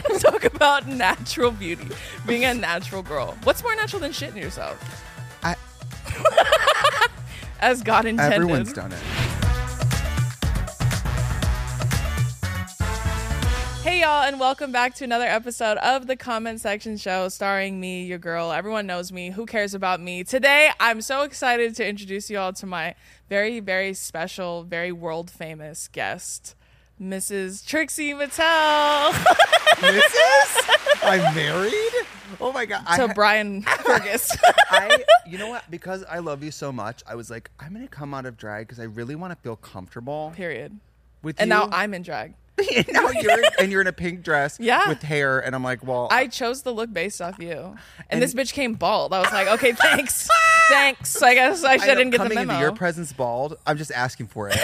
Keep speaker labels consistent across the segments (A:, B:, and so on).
A: talk about natural beauty, being a natural girl. What's more natural than shitting yourself?
B: I-
A: As God intended.
B: Everyone's done it.
A: Hey, y'all, and welcome back to another episode of the Comment Section Show starring me, your girl. Everyone knows me. Who cares about me? Today, I'm so excited to introduce you all to my very, very special, very world famous guest, Mrs. Trixie Mattel.
B: Mrs. I'm married. Oh my god.
A: to
B: I,
A: Brian Fergus.
B: I you know what? Because I love you so much, I was like, I'm gonna come out of drag because I really want to feel comfortable
A: Period.
B: with
A: And
B: you.
A: now I'm in drag.
B: and now you're in, and you're in a pink dress
A: Yeah.
B: with hair, and I'm like, well,
A: I chose the look based off you. And, this bitch came bald. I was like, okay, thanks. thanks. I guess I,
B: I
A: shouldn't
B: know
A: get the
B: coming
A: memo.
B: into your presence bald. I'm just asking for it.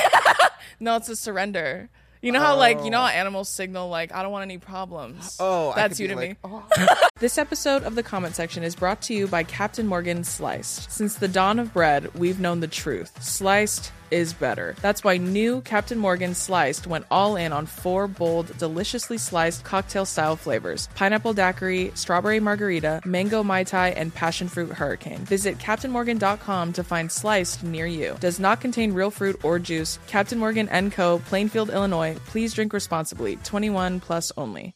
A: no, it's a surrender. You know how like you know how animals signal like I don't want any problems.
B: Oh, I
A: that's
B: could
A: you
B: be
A: to me.
B: like,
A: This episode of the comment section is brought to you by Captain Morgan Sliced. Since the dawn of bread, we've known the truth. Sliced is better. That's why new Captain Morgan Sliced went all in on four bold, deliciously sliced cocktail style flavors pineapple daiquiri, strawberry margarita, mango mai tai, and passion fruit hurricane. Visit CaptainMorgan.com to find Sliced near you. Does not contain real fruit or juice. Captain Morgan & Co., Plainfield, Illinois. Please drink responsibly. 21 plus only.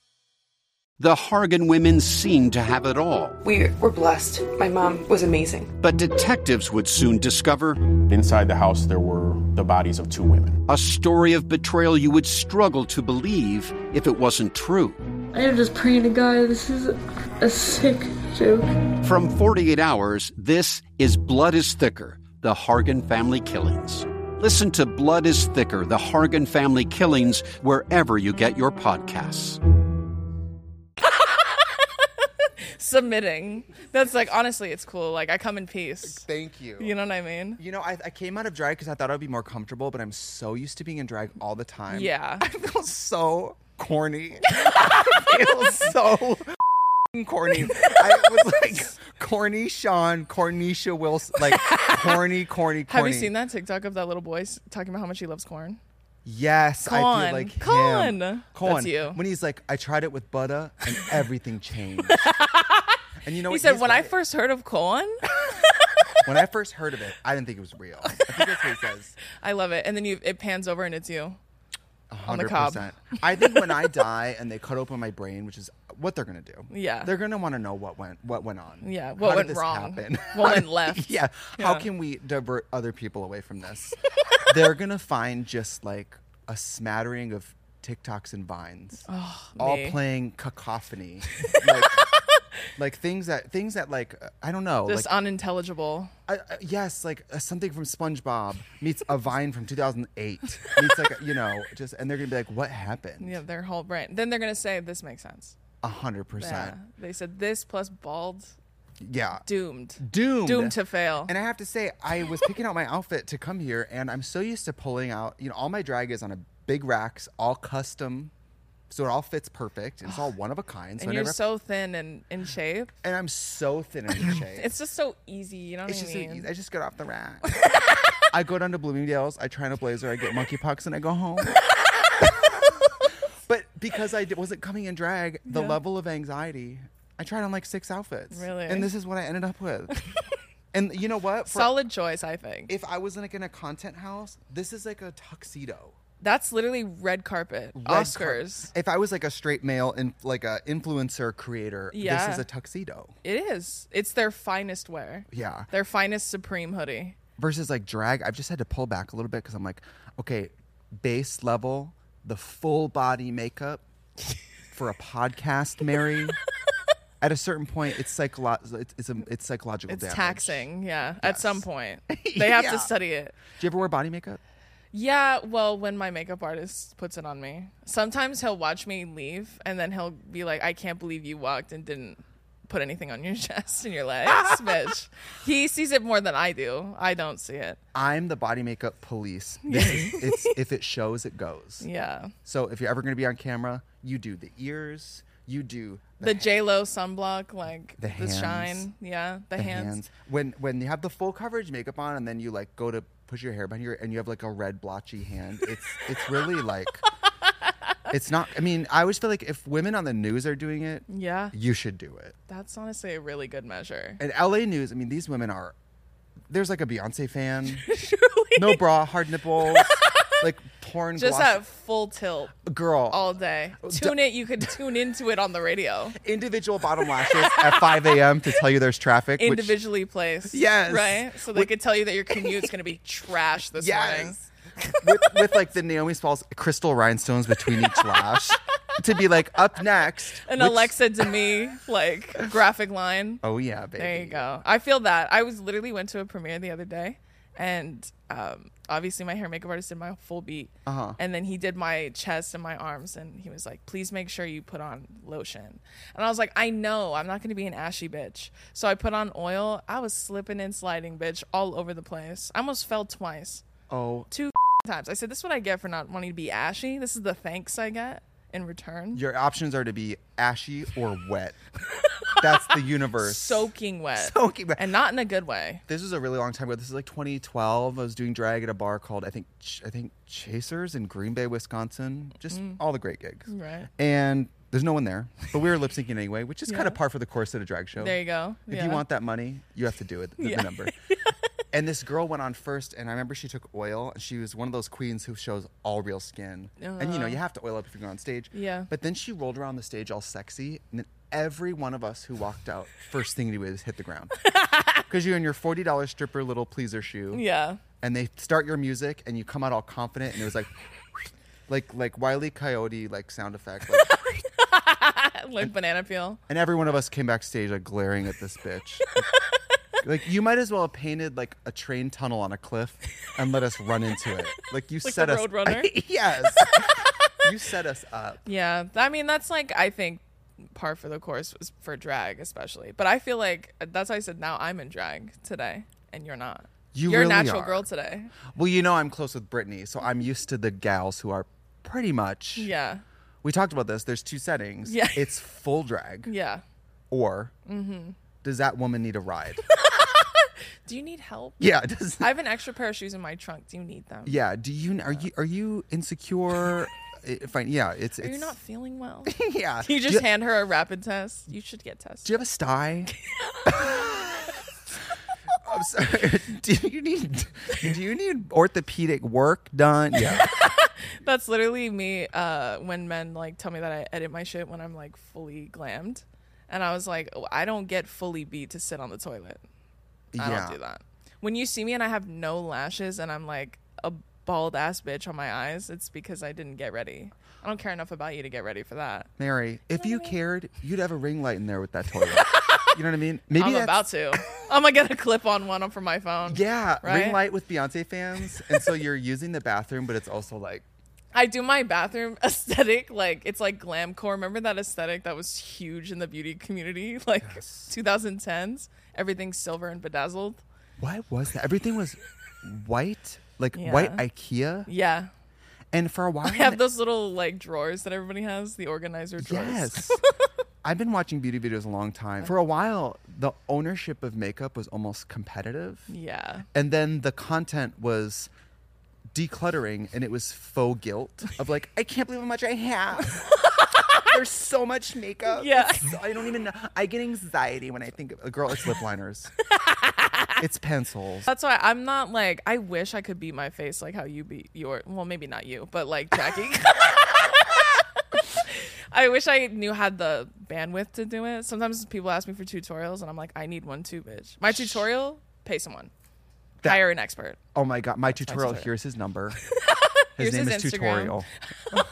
C: The Hargan women seemed to have it all,
D: We were blessed. My mom was amazing.
C: but detectives would soon discover
E: Inside the house, there were the bodies of two women.
C: a story of betrayal you would struggle to believe if it wasn't true.
F: I am just praying to God this is a sick joke.
C: From 48 Hours, this is Blood is Thicker The Hargan Family Killings. Listen to Blood is Thicker The Hargan Family Killings wherever you get your podcasts.
A: submitting. That's like honestly, it's cool. Like I come in peace.
B: Thank you.
A: You know what I mean?
B: You know, I, I came out of drag because I thought I'd be more comfortable, but I'm so used to being in drag all the time.
A: Yeah.
B: I feel so corny. I feel so f***ing corny. I was like corny Sean, Cornisha Wilson, like corny, corny, corny.
A: Have you seen that TikTok of that little boy s- talking about how much he loves corn?
B: Yes, I
A: Con.
B: feel like
A: Con.
B: him.
A: That's you.
B: When he's like, I tried it with butter and everything changed. and you know,
A: He
B: what?
A: said,
B: Oh, He's
A: "When I
B: right.
A: first heard of corn,
B: when I first heard of it, I didn't think it was real. I think that's what he says.
A: I love it." And then you, it pans over and it's you. on the cob.
B: 100%. I think when I die and they cut open my brain, which is what they're gonna do.
A: Yeah.
B: they're gonna want to know what went what went on.
A: Yeah, what
B: How did
A: went
B: this
A: wrong?
B: happen?
A: What
B: How
A: went
B: did-
A: left?
B: Yeah. how
A: Yeah.
B: can we divert other people away from this? they're gonna find just like a smattering of TikToks and vines, all
A: me.
B: playing cacophony, like, like things that things that like uh, I don't know,
A: Just
B: like
A: unintelligible.
B: uh, uh, yes, like uh, something from SpongeBob meets a vine from 2008 meets like a, you know just and they're gonna be like, what happened?
A: Yeah, their whole brain. Then they're gonna say, "This makes sense."
B: A hundred percent.
A: Yeah. They said this plus bald,
B: Yeah.
A: doomed,
B: Doomed.
A: doomed to fail.
B: And I have to say, I was picking out my outfit to come here, and I'm so used to pulling out, you know, all my drag is on a big racks, all custom, so it all fits perfect. And it's all one of a kind. So
A: and
B: I
A: you're
B: never,
A: so thin and in shape.
B: and I'm so thin in shape.
A: It's just so easy. You know what
B: It's
A: I
B: just so
A: mean?
B: easy. I just get off the rack. I go down to Bloomingdale's. I try on a blazer. I get monkeypox, and I go home. but because I d- wasn't coming in drag, the level of anxiety, I tried on like six outfits.
A: Really?
B: And this is what I ended up with. and you know what? For-
A: Solid choice, I think.
B: If I was like in a content house, this is like a tuxedo.
A: That's literally red carpet,
B: Red cur-
A: Oscars.
B: if I was like a straight male and like a influencer creator,
A: Yeah.
B: this is a tuxedo.
A: It is. It's their finest wear.
B: Yeah.
A: Their finest Supreme hoodie.
B: versus like drag, I've just had to pull back a little bit because I'm like, okay, base level, the full body makeup for a podcast, Mary. At a certain point, it's psycholo- it's, it's, a, it's psychological
A: It's
B: damage.
A: taxing. Yeah. At some point, they have
B: Yeah.
A: to study it.
B: Do you ever wear body makeup?
A: Yeah. Well, when my makeup artist puts it on me, sometimes he'll watch me leave and then he'll be like, I can't believe you walked and didn't put anything on your chest and your legs, bitch. He sees it more than I do. I don't see it.
B: I'm the body makeup police. This is, it's, if it shows, it goes.
A: Yeah.
B: So if you're ever going to be on camera, you do the ears, you do
A: The
B: the,
A: J Lo sunblock, like the,
B: The hands.
A: shine. Yeah. The,
B: the
A: hands.
B: When when you have the full coverage makeup on and then you like go to push your hair behind your and you have like a red blotchy hand, it's it's really like It's not. I mean, I always feel like if women on the news are doing it,
A: Yeah.
B: you should do it.
A: That's honestly a really good measure.
B: And LA news. I mean, these women are. There's like a Beyonce fan. No bra, hard nipples, like porn.
A: Just at
B: gloss-
A: full tilt
B: girl.
A: all day.
B: Oh,
A: Tune it. You could tune into it on the radio.
B: individual bottom lashes at 5 a.m. to tell you there's traffic. which-
A: Individually placed.
B: Yes.
A: Right? So they could tell you that your commute's going to be trash this morning.
B: yes. with, with like the Naomi Smalls crystal rhinestones between each lash to be like up next.
A: An
B: which-
A: Alexa to me, like, graphic line.
B: Oh yeah, baby.
A: There you go. I feel that. I was literally went to a premiere the other day, and um, obviously my hair and makeup artist did my full beat, uh-huh. and then he did my chest and my arms, and he was like, "Please make sure you put on lotion." And I was like, "I know, I'm not going to be an ashy bitch." So I put on oil. I was slipping and sliding, bitch, all over the place. I almost fell twice,
B: Oh,
A: two times. I said, "This is what I get for not wanting to be ashy. This is the thanks I get in return."
B: your options are to be ashy or wet. That's the universe.
A: Soaking wet,
B: Soaking wet.
A: and not in a good way.
B: this was a really long time ago. This is like 2012. I was doing drag at a bar called I think Ch- I think Chasers in Green Bay, Wisconsin. Just all the great gigs.
A: Right.
B: And there's no one there, but we were lip syncing anyway, which is kind of par for the course at a drag show.
A: There you go.
B: If
A: Yeah.
B: you want that money, you have to do it. The, the number. and this girl went on first, and I remember she took oil, and she was one of those queens who shows all real skin. And you know, you have to oil up if you're going on stage.
A: Uh-huh. Yeah.
B: But then she rolled around the stage all sexy, and then every one of us who walked out, first thing to do was hit the ground. Because you're in your $40 stripper little pleaser shoe.
A: Yeah.
B: And they start your music, and you come out all confident, and it was like, like, like Wiley Coyote, like sound effect. Like,
A: like banana peel.
B: And every one of us came backstage like glaring at this bitch. like, you might as well have painted like a train tunnel on a cliff and let us run into it. Like you set
A: the
B: us
A: Roadrunner?
B: yes. you set us up.
A: Yeah, I mean that's like I think par for the course was for drag especially. But I feel like uh, that's why I said now I'm in drag today and you're not.
B: You
A: are
B: really
A: a natural
B: are.
A: girl today.
B: Well, you know I'm close with Brittany, so I'm used to the gals who are pretty much
A: Yeah.
B: we talked about this. There's two settings.
A: Yeah.
B: It's full drag
A: Yeah.
B: or
A: Mm-hmm.
B: does that woman need a ride?
A: Do you need help?
B: yeah, does
A: I have an extra pair of shoes in my trunk. Do you need them?
B: Yeah, do you are you are you insecure? Eh, Fine. Yeah, it's
A: Are
B: it's
A: you not feeling well?
B: yeah.
A: you
B: Do
A: just hand her a rapid test. You should get tested.
B: Do you have a sty? I'm sorry. Do you need do you need orthopedic work done? Yeah.
A: That's literally me uh, when men like tell me that I edit my shit when I'm like fully glammed. And I was like, oh, I don't get fully beat to sit on the toilet. I
B: yeah.
A: don't do that. When you see me and I have no lashes and I'm like a bald ass bitch on my eyes, it's because I didn't get ready. I don't care enough about you to get ready for that.
B: Mary, if you cared, you'd have a ring light in there with that toilet. you know what I mean? Maybe
A: I'm
B: that's-
A: about to. I'm gonna get a clip on one from my phone.
B: Yeah, ring
A: Right?
B: light with Beyonce fans. And so you're using the bathroom, but it's also like
A: I do my bathroom aesthetic like it's like glamcore. Remember that aesthetic that was huge in the beauty community, like 2010s. Everything's silver and bedazzled.
B: why was that? Everything was white, like
A: Yeah.
B: white IKEA.
A: Yeah,
B: And for a while
A: I have those little like drawers that everybody has, the organizer drawers.
B: Yes. I've been watching beauty videos a long time. For a while, the ownership of makeup was almost competitive.
A: Yeah.
B: And then the content was decluttering and it was faux guilt of like, I can't believe how much I have. There's so much makeup.
A: Yeah.
B: It's so- I don't even know. I get anxiety when I think of a girl, it's lip liners. it's pencils.
A: That's why I'm not like I wish I could beat my face like how you beat your well maybe not you but like Jackie. I wish I knew had the bandwidth to do it. Sometimes people ask me for tutorials and I'm like I need one too, bitch. My tutorial, pay someone. Hire an expert.
B: Oh my god, my tutorial.
A: tutorial.
B: Here's his number. His
A: Here's
B: name
A: his
B: is
A: Instagram.
B: tutorial.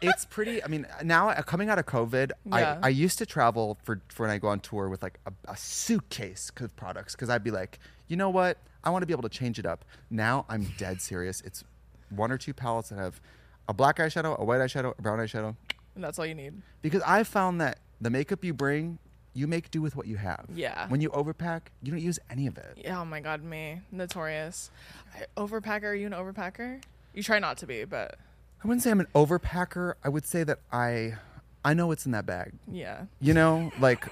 B: it's pretty. I mean, now uh, coming out of COVID,
A: Yeah.
B: I, I used to travel for, for when I go on tour with like a, a suitcase of products because I'd be like, you know what, I want to be able to change it up. Now I'm dead serious. It's one or two palettes that have a black eyeshadow, a white eyeshadow, a brown eyeshadow,
A: And that's all you need.
B: because I found that the makeup you bring, you make do with what you have.
A: Yeah.
B: When you overpack, you don't use any of it.
A: Yeah, Oh my god, me notorious I, overpacker. Are you an overpacker? You try not to be, but
B: I wouldn't say I'm an overpacker. I would say that I I know what's in that bag.
A: yeah,
B: You know, like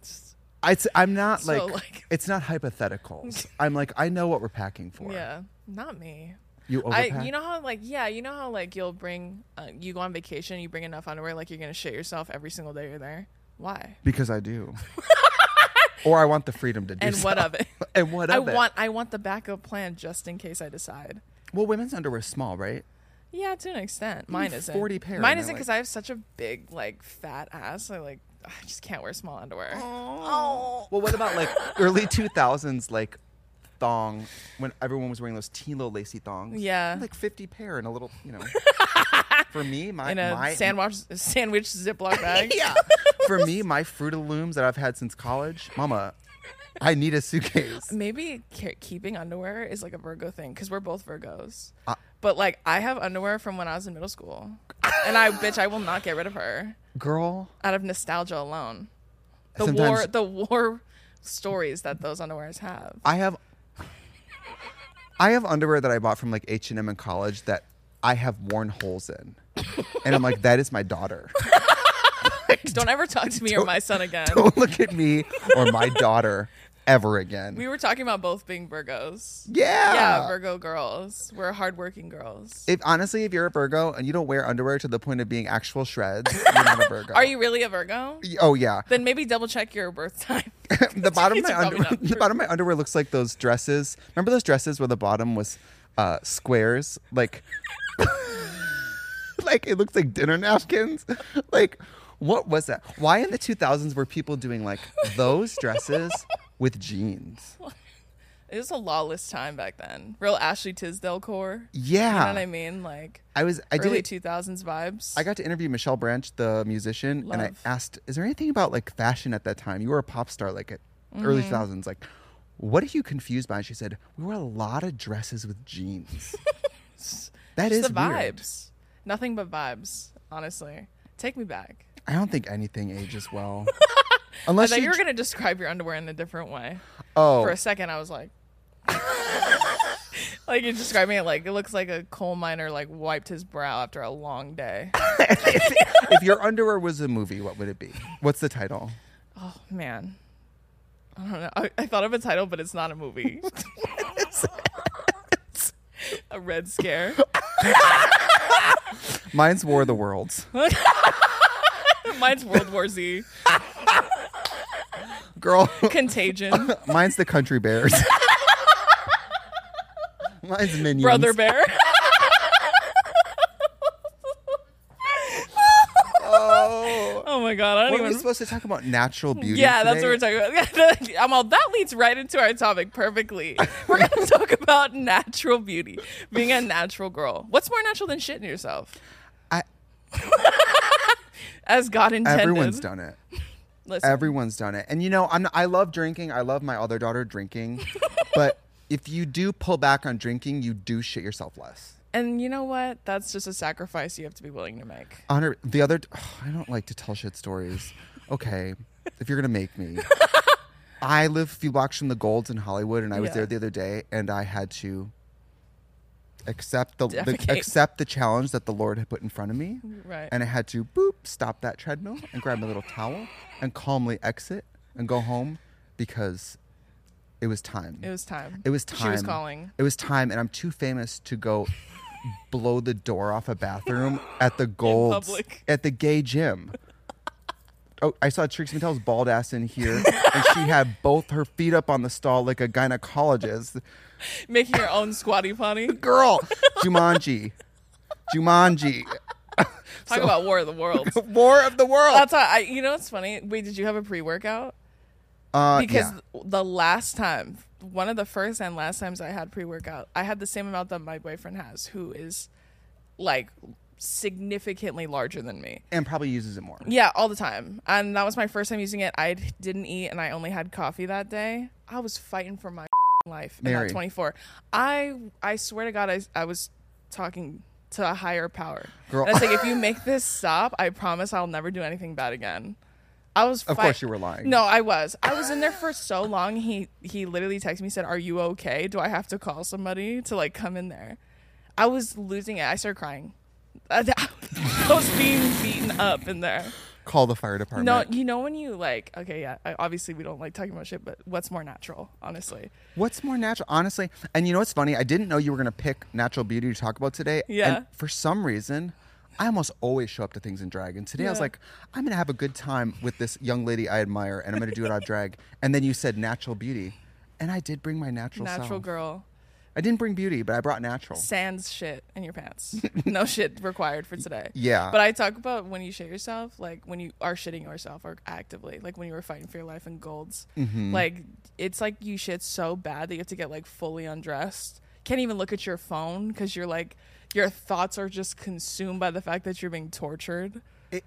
B: it's, I'm not
A: So,
B: like,
A: like-
B: it's not hypotheticals. I'm like I know what we're packing for.
A: yeah, not me.
B: You
A: I,
B: overpack?
A: you know how like yeah, you know how like you'll bring uh, you go on vacation, you bring enough underwear, like you're gonna shit yourself every single day you're there. Why?
B: because I do. or I want the freedom to do.
A: And
B: so.
A: what of it?
B: and what
A: I
B: of it?
A: want I want the backup plan just in case I decide.
B: Well, women's underwear is small, right?
A: Yeah, to an extent. Mine isn't.
B: 40 pair,
A: Mine
B: and I
A: isn't because
B: like-
A: I have such a big like fat ass. I like I just can't wear small underwear.
B: Oh, Well, what about like early two thousands like thong when everyone was wearing those teen little lacy thongs?
A: Yeah.
B: like fifty pair and a little, you know. for me, my
A: in a
B: my
A: sandwich sandwich Ziploc bag.
B: yeah. For me, my Fruit of the Looms that I've had since college, Mama, I need a suitcase.
A: Maybe ke- keeping underwear is like a Virgo thing because we're both Virgos. but like I have underwear from when I was in middle school, and I bitch I will not get rid of her
B: Girl,
A: out of nostalgia alone. The
B: Sometimes-
A: war the war stories that those underwears have.
B: I have I have underwear that I bought from like H and M in college that I have worn holes in, and I'm like, that is my daughter.
A: Don't ever talk to me or my son again.
B: Don't look at me or my daughter ever again.
A: We were talking about both being Virgos.
B: yeah.
A: Yeah, Virgo girls. We're hardworking girls.
B: if honestly, if you're a Virgo and you don't wear underwear to the point of being actual shreds, you're not a Virgo.
A: Are you really a Virgo?
B: Oh yeah.
A: Then maybe double check your birth time.
B: the bottom of my
A: It's probably
B: underwear,
A: not
B: the
A: true.
B: bottom of my underwear looks like those dresses. Remember those dresses where the bottom was uh, squares, like like it looks like dinner napkins. Like what was that? Why in the 2000s were people doing like those dresses with jeans?
A: It was a lawless time back then. Real Ashley Tisdale core.
B: Yeah,
A: You know what I mean? Like
B: I was I
A: early
B: did
A: two thousands vibes.
B: I got to interview Michelle Branch, the musician, and I
A: Love.
B: asked, "Is there anything about like fashion at that time? You were a pop star, like at early
A: Mm-hmm.
B: 2000s. Like, what are you confused by?" And she said, "We wore a lot of dresses with jeans. That is
A: Just the
B: weird.
A: vibes. Nothing but vibes, honestly. Take me back.
B: I don't think anything ages well,
A: I
B: unless
A: thought you
B: you
A: were gonna describe your underwear in a different way.
B: oh
A: For a second I was like Like you're describing it like it looks like a coal miner like wiped his brow after a long day.
B: if your underwear was a movie, what would it be? What's the title?
A: Man. I don't know. I, I thought of a title, but it's not a movie. a red scare.
B: Mine's War of the Worlds.
A: Mine's World War Z.
B: Girl,
A: Contagion.
B: mine's the Country Bears. mine's Minions.
A: Brother Bear.
B: Oh.
A: Oh my god, I
B: What
A: don't
B: are we
A: even
B: supposed to talk about? Natural beauty.
A: Yeah, that's
B: today?
A: what we're talking about. I'm all that leads right into our topic perfectly. We're gonna talk about natural beauty, being a natural girl. What's more natural than shitting yourself?
B: I-
A: As God intended.
B: Everyone's done it.
A: Listen,
B: Everyone's done it. And you know, I'm I love drinking. I love my other daughter drinking. but if you do pull back on drinking, you do shit yourself less.
A: and you know what? That's just a sacrifice you have to be willing to make.
B: Honor the other ugh, I don't like to tell shit stories. Okay. if you're going to make me. I live a few blocks from the Golds in Hollywood and I was
A: Yeah.
B: there the other day and I had to accept the, the
A: Defecate.
B: accept the challenge that the Lord had put in front of me.
A: Right.
B: And I had to boop stop that treadmill and grab my little towel and calmly exit and go home because it was time.
A: It was time.
B: It was time.
A: She was calling.
B: It was time and I'm too famous to go blow the door off a bathroom at the Golds
A: public.
B: at the gay gym. Oh, I saw Trix Mattel's bald ass in here, and she had both her feet up on the stall like a gynecologist.
A: Making her own squatty potty.
B: Girl, Jumanji, Jumanji,
A: Talk about War of the Worlds.
B: War of the World.
A: That's how I. You know what's funny? Wait, did you have a pre-workout?
B: Uh,
A: because
B: yeah.
A: the last time, one of the first and last times I had pre workout, I had the same amount that my boyfriend has, who is like significantly larger than me.
B: and probably uses it more.
A: Yeah, all the time. And that was my first time using it. I d- didn't eat and I only had coffee that day. I was fighting for my life in
B: Mary.
A: that 24. I I swear to God, I, I was talking to a higher power.
B: Girl.
A: And I was like, if you make this stop, I promise I'll never do anything bad again. I was.
B: Of
A: fight-
B: course you were lying.
A: No, I was. I was in there for so long. He he literally texted me said, "Are you okay? Do I have to call somebody to like come in there?" I was losing it. I started crying. I was being beaten up in there.
B: Call the fire department.
A: No, you know when you like okay, yeah. I, obviously, we don't like talking about shit, but what's more natural, honestly?
B: What's more natural, honestly? And you know what's funny? I didn't know you were gonna pick natural beauty to talk about today.
A: Yeah.
B: And for some reason, I almost always show up to things in drag. And today I was
A: Yeah.
B: like, I'm gonna have a good time with this young lady I admire, and I'm gonna do it out of drag. And then you said natural beauty, and I did bring my natural.
A: Natural
B: self.
A: girl,
B: I didn't bring beauty, but I brought natural.
A: sans shit in your pants. no shit required for today.
B: Yeah.
A: But I talk about when you shit yourself, like when you are shitting yourself or actively, like when you were fighting for your life in golds.
B: Mm-hmm.
A: Like it's like you shit so bad that you have to get like fully undressed. Can't even look at your phone because you're like your thoughts are just consumed by the fact that you're being tortured.
B: It-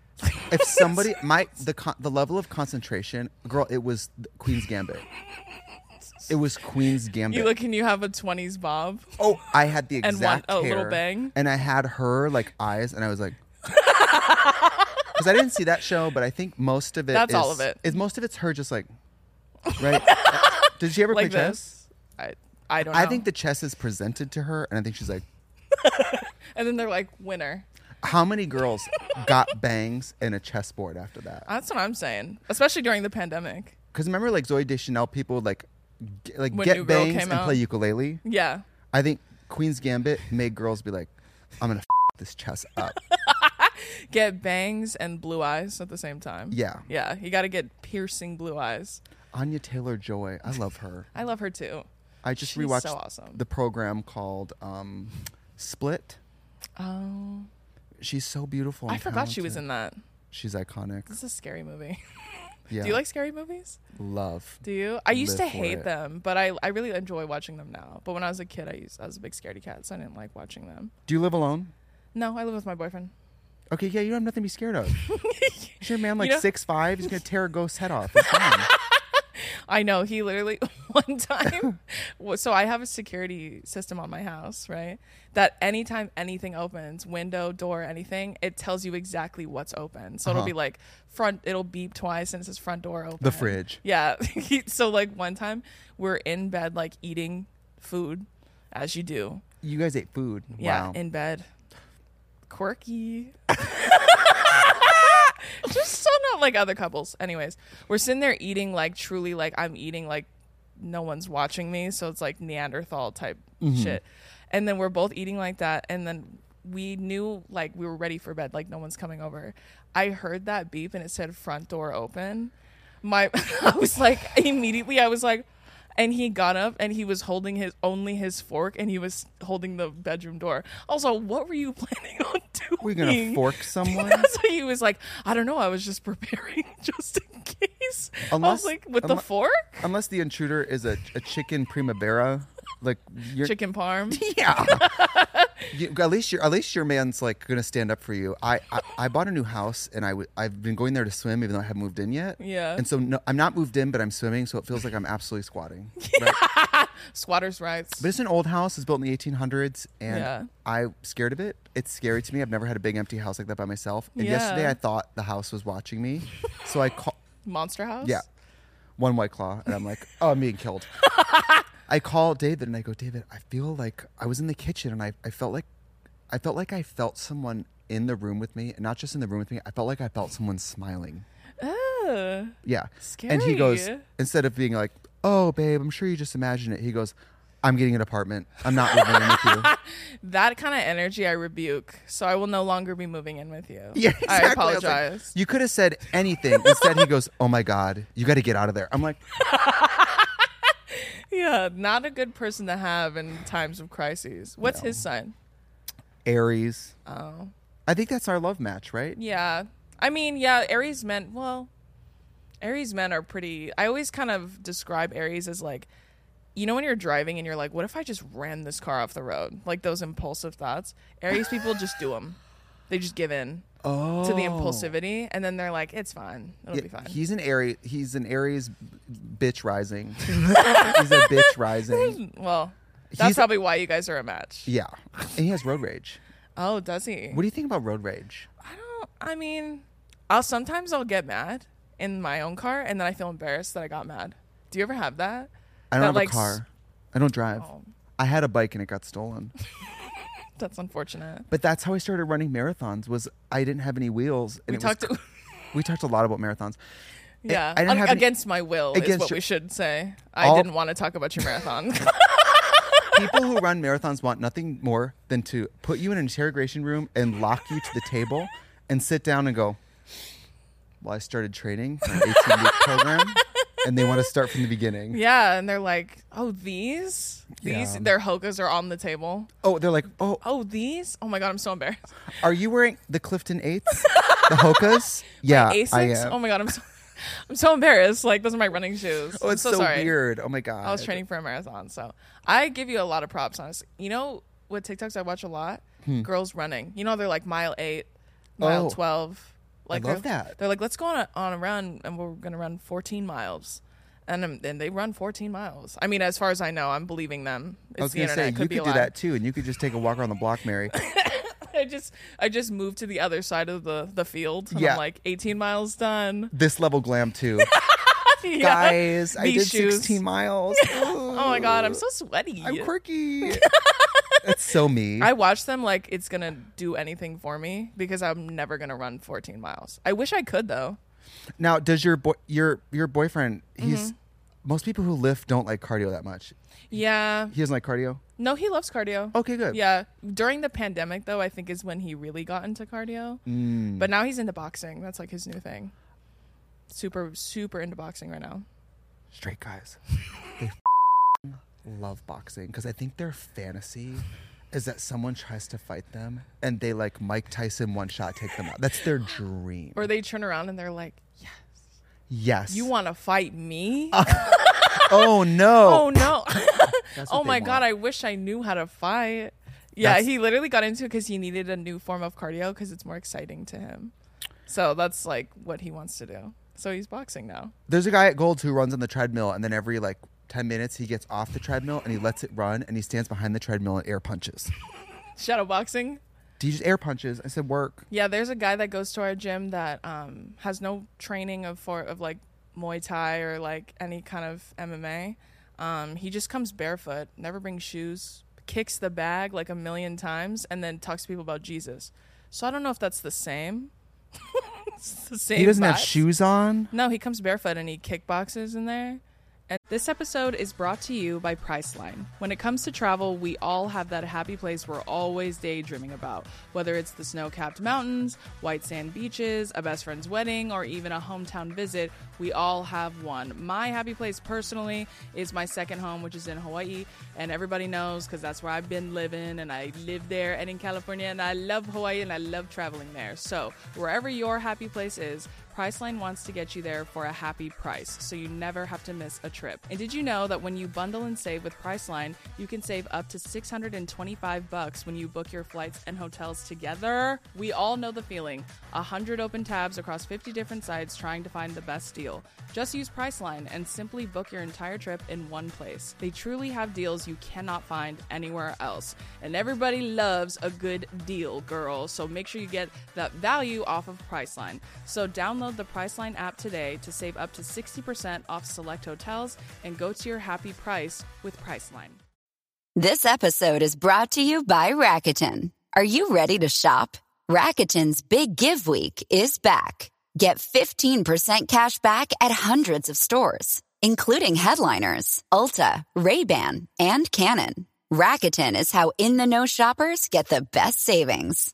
B: if somebody, my the con- the level of concentration, girl, it was the Queen's Gambit. It was Queen's Gambit.
A: You look and you have a twenties bob.
B: Oh, I had the
A: And one-
B: exact
A: a little
B: hair,
A: bang.
B: and I had her like eyes, and I was like, because I didn't see that show, but I think most of it
A: That's
B: is-
A: all of it.
B: Is most of it's her just like, right? Did she ever
A: like
B: play
A: this.
B: chess?
A: I I don't know.
B: I think the chess is presented to her, and I think she's like,
A: and then they're like winner.
B: how many girls got bangs in a chessboard after that?
A: That's what I'm saying. Especially during the pandemic.
B: Because remember, like Zoe Deschanel, people would, like g- like
A: When New
B: get
A: Girl
B: bangs
A: came
B: and
A: out.
B: play ukulele.
A: Yeah.
B: I think Queen's Gambit made girls be like, I'm gonna f- this chess up.
A: Get bangs and blue eyes at the same time.
B: Yeah.
A: Yeah. You gotta get piercing blue eyes.
B: Anya Taylor Joy, I love her.
A: I love her too.
B: I just
A: She's
B: rewatched
A: so awesome.
B: the program called um, Split.
A: Oh.
B: She's so beautiful.
A: I
B: and
A: forgot she was
B: talented.
A: in that.
B: She's iconic.
A: It's a scary movie.
B: Yeah.
A: Do you like scary movies?
B: love?
A: Do you? I used to
B: Live for
A: hate
B: it.
A: them, but I, I really enjoy watching them now. But when I was a kid, I used I was a big scaredy cat, so I didn't like watching them.
B: Do you live alone?
A: No, I live with my boyfriend.
B: Okay, yeah, you don't have nothing to be scared of. Is your man like
A: know-
B: six five? He's gonna tear a ghost's head off. It's fine.
A: I know he literally one time. wa- so I have a security system on my house, right? That anytime anything opens, window, door, anything, it tells you exactly what's open. So it'll be like front. It'll beep twice and it says front door open.
B: Uh-huh. The fridge.
A: Yeah. He- so like one time we're in bed like eating food, as you do.
B: you guys ate food.
A: Yeah,
B: wow.
A: in bed. Quirky. Just so not like other couples. Anyways, we're sitting there eating like truly like I'm eating like no one's watching me, so it's like Neanderthal type
B: Mm-hmm.
A: shit. And then we're both eating like that and then we knew like we were ready for bed, like no one's coming over. I heard that beep and it said front door open. My I was like immediately I was like and he got up and he was holding his only his fork and he was holding the bedroom door. Also, what were you planning on doing?
B: We're gonna fork someone.
A: so he was like, I don't know. I was just preparing just in case. I
B: Unless-
A: was like, with the
B: unle-
A: fork,
B: Unless the intruder is a, a chicken primavera, like you're,
A: chicken parm.
B: Yeah. you, at least your at least your man's like gonna stand up for you. I I, I bought a new house and I w- I've been going there to swim even though I haven't moved in yet.
A: Yeah.
B: And so no, I'm not moved in, but I'm swimming, so it feels like I'm absolutely squatting. Right?
A: Squatters' rights.
B: But it's an old house. It's built in the 1800s, and
A: Yeah.
B: I'm scared of it. It's scary to me. I've never had a big empty house like that by myself. And yesterday
A: Yeah.
B: I thought the house was watching me, so I call.
A: Monster house.
B: Yeah. One white claw. And I'm like, oh, I'm being killed. I call David and I go, David, I feel like I was in the kitchen and I, I felt like I felt like I felt someone in the room with me, and not just in the room with me, I felt like I felt someone smiling.
A: Ugh.
B: Yeah. And he goes,
A: Oh. Scary.
B: instead of being like, Oh babe, I'm sure you just imagined it, he goes, I'm getting an apartment. I'm not moving in with you.
A: That kind of energy I rebuke, so I will no longer be moving in with you.
B: Yeah, exactly.
A: I
B: was like,
A: apologize.
B: you could have said anything. Instead, he goes, "Oh my god, you got to get out of there." I'm like,
A: yeah, not a good person to have in times of crises. What's his sign?
B: Aries. Oh, I think that's our love match, right?
A: Yeah. I mean, yeah, Aries men, well, Aries men are pretty. I always kind of describe Aries as like, you know, when you're driving and you're like, what if I just ran this car off the road? Like those impulsive thoughts. Aries people just do them, they just give in to the impulsivity. And then they're like, it's fine. It'll be
B: Oh. Yeah,
A: fine.
B: He's an Aries. He's an Aries bitch rising. he's a bitch rising.
A: well, that's
B: He's-
A: probably why you guys are a match.
B: Yeah, and he has road rage.
A: Oh, does he?
B: What do you think about road rage?
A: I don't. I mean, I'll sometimes I'll get mad in my own car, and then I feel embarrassed that I got mad. Do you ever have that?
B: I don't
A: That,
B: have
A: like,
B: a car. I don't drive.
A: Oh.
B: I had a bike and it got stolen.
A: s- That's unfortunate.
B: But that's how I started running marathons. Was I didn't have any wheels. And
A: We
B: it
A: talked.
B: Was,
A: To,
B: We talked a lot about marathons.
A: Yeah,
B: I didn't
A: Un-
B: have any-
A: against my will is
B: Against
A: what
B: your-
A: we should say. I
B: All-
A: didn't want to talk about your marathon.
B: People who run marathons want nothing more than to put you in an interrogation room and lock you to the table and sit down and go, Well, I started training for an 18 week program. And they want to start from the beginning.
A: yeah, and they're like, "Oh, these, these,
B: Yeah.
A: their hokas are on the table.
B: Oh, they're like, Oh,
A: Oh, these. Oh my god, I'm so embarrassed.
B: are you wearing the Clifton 8s? The Hokas? Yeah. I uh,
A: Asics.
B: am.
A: Oh my god, I'm so, I'm so embarrassed. Like those are my running shoes.
B: Oh,
A: I'm
B: it's
A: so,
B: so,
A: sorry.
B: weird. Oh my god.
A: I was training for a marathon, so I give you a lot of props. Honestly, you know what TikToks I watch a lot? Girls running. You know they're like mile eight, mile
B: Hmm. Oh.
A: twelve. Like
B: love
A: they're,
B: that.
A: They're like, let's go on a, on a run, and we're gonna run fourteen miles. And, um, and they run 14 miles. I mean, as far as I know, I'm believing them. It's
B: I was
A: the
B: gonna
A: internet.
B: say
A: It could
B: you
A: be a
B: could do
A: lie.
B: that too, and you could just take a walk around the block, Mary.
A: I just I just moved to the other side of the the field. And
B: Yeah.
A: I'm like 18 miles done.
B: this level glam too,
A: Yeah.
B: guys. I did
A: These shoes.
B: 16 miles.
A: Oh my god, I'm so sweaty.
B: I'm quirky. That's so me.
A: I watch them like it's gonna do anything for me because I'm never gonna run 14 miles. I wish I could though.
B: now, does your boy, your your boyfriend? He's
A: Mm-hmm.
B: most people who lift don't like cardio that much.
A: Yeah.
B: He doesn't like cardio.
A: No, he loves cardio.
B: Okay, good.
A: Yeah. During the pandemic though, I think is when he really got into cardio. Mm. But now he's into boxing. That's like his new thing. Super super into boxing right now.
B: Straight guys, they f***ing love boxing because I think their fantasy is that someone tries to fight them and they like Mike Tyson one shot take them out. That's their dream.
A: Or they turn around and they're like,
B: yes.
A: "You want to fight me?"
B: Oh no.
A: oh no
B: That's what
A: oh
B: they
A: my god
B: want.
A: i wish i knew how to fight yeah
B: That's-
A: he literally got into it because he needed a new form of cardio because it's more exciting to him so that's like what he wants to do so he's boxing now
B: There's a guy at Gold's who runs on the treadmill, and then every like 10 minutes, he gets off the treadmill and he lets it run, and he stands behind the treadmill and air punches.
A: shadow boxing
B: Do you just air punches? I said, work.
A: yeah there's a guy that goes to our gym that um, has no training of for of like muay thai or like any kind of mma um, he just comes barefoot never brings shoes kicks the bag like a million times and then talks to people about jesus so i don't know if that's the same It's the same
B: He doesn't have
A: vibes.
B: shoes on.
A: No, he comes barefoot and he kickboxes in there. And this episode is brought to you by Priceline. When it comes to travel, we all have that happy place we're always daydreaming about. Whether it's the snow capped mountains, white sand beaches, a best friend's wedding, or even a hometown visit, we all have one. My happy place personally is my second home, which is in Hawaii. And everybody knows because that's where I've been living and I live there and in California. And I love Hawaii and I love traveling there. So wherever your happy place is, Priceline wants to get you there for a happy price, so you never have to miss a trip. And did you know that when you bundle and save with Priceline, you can save up to 625 bucks when you book your flights and hotels together? We all know the feeling. 100 open tabs across 50 different sites trying to find the best deal. Just use Priceline and simply book your entire trip in one place. They truly have deals you cannot find anywhere else. And everybody loves a good deal, girl. So make sure you get that value off of Priceline. So download the Priceline app today to save up to 60% off select hotels and go to your happy price with Priceline.
G: This episode is brought to you by Rakuten. Are you ready to shop? Rakuten's Big Give Week is back. Get 15% cash back at hundreds of stores, including headliners, Ulta, Ray-Ban, and Canon. Rakuten is how in the know shoppers get the best savings.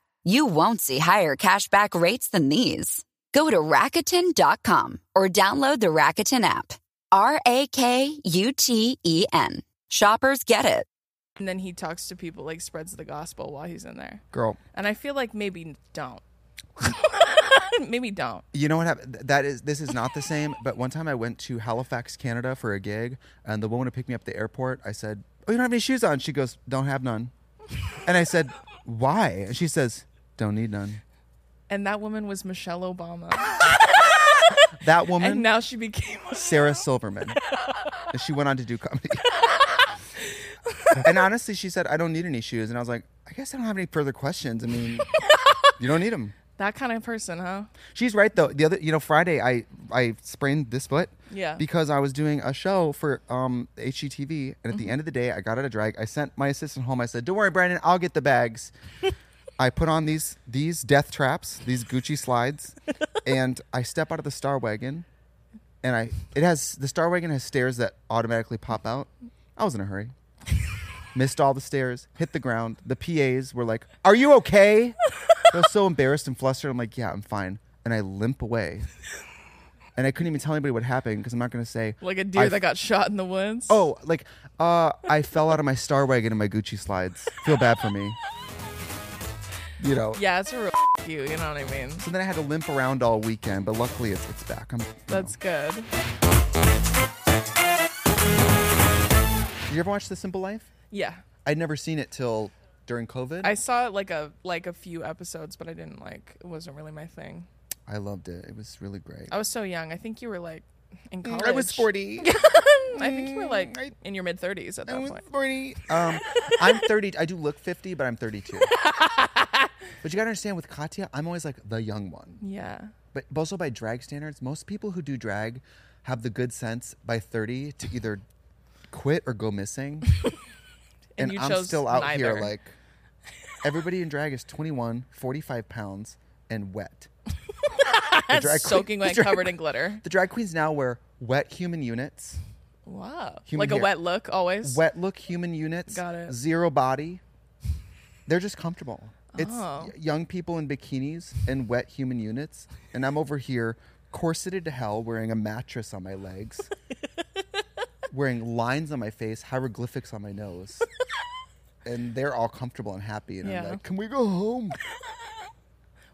G: You won't see higher cashback rates than these. Go to Rakuten.com or download the Rakuten app. R A K U T E N. Shoppers get it.
A: And then he talks to people, like spreads the gospel while he's in there.
B: Girl,
A: And I feel like maybe don't. maybe don't.
B: you know what happened? Th- That is, this is not the same, but one time I went to Halifax, Canada for a gig, and the woman who picked me up at the airport, I said, Oh, you don't have any shoes on? She goes, Don't have none. And I said, Why? And she says, Don't need none.
A: And that woman was Michelle Obama.
B: That woman,
A: and now she became a
B: Sarah Silverman. And she went on to do comedy. and honestly, she said, I don't need any shoes. And I was like, I guess I don't have any further questions. I mean, you don't need them.
A: that kind of person, huh?
B: She's right though. The other, you know, Friday I I sprained this foot.
A: Yeah.
B: Because I was doing a show for um HGTV, and at the end of the day, I got out of drag. I sent my assistant home. I said, "Don't worry, Brandon, I'll get the bags." I put on these these death traps, these Gucci slides, and I step out of the star wagon, and I it has the star wagon has stairs that automatically pop out. I was in a hurry. Missed all the stairs, hit the ground. The PAs were like, "Are you okay?" I was so embarrassed and flustered. I'm like, yeah, I'm fine. And I limp away. And I couldn't even tell anybody what happened because I'm not going to say.
A: Like a deer
B: I-
A: that got shot in the woods.
B: Oh, like, uh, I fell out of my star wagon in my Gucci slides. Feel bad for me. You know.
A: yeah, it's a real you. You know what I mean?
B: So then I had to limp around all weekend, but luckily it's, it's back. I'm, you
A: That's good.
B: know. Did you ever watch The Simple Life?
A: Yeah,
B: I'd never seen it till during COVID.
A: I saw it like a like a few episodes, but I didn't like. It wasn't really my thing.
B: I loved it. It was really great.
A: I was so young. I think you were like in college.
B: Mm, I was 40.
A: I think you were like in your mid thirties at that
B: I'm
A: point.
B: 40. Um, I'm 30. I do look 50, but I'm 32. but you gotta understand, with Katya, I'm always like the young one.
A: Yeah.
B: But also by drag standards, most people who do drag have the good sense by 30 to either quit or go missing.
A: And you
B: I'm
A: chose
B: still out
A: neither.
B: here like everybody in drag is 21, 45 pounds, and wet. The drag queen-
A: soaking
B: the
A: wet,
B: drag-
A: covered in glitter.
B: The drag queens now wear wet human units.
A: Wow.
B: Human
A: like a
B: hair.
A: wet look always.
B: wet look human units.
A: Got it.
B: Zero body. They're just comfortable. It's
A: Oh.
B: y- young people in bikinis and wet human units, and I'm over here corseted to hell, wearing a mattress on my legs, wearing lines on my face, hieroglyphics on my nose, and they're all comfortable and happy. And
A: Yeah.
B: I'm like, "Can we go home?"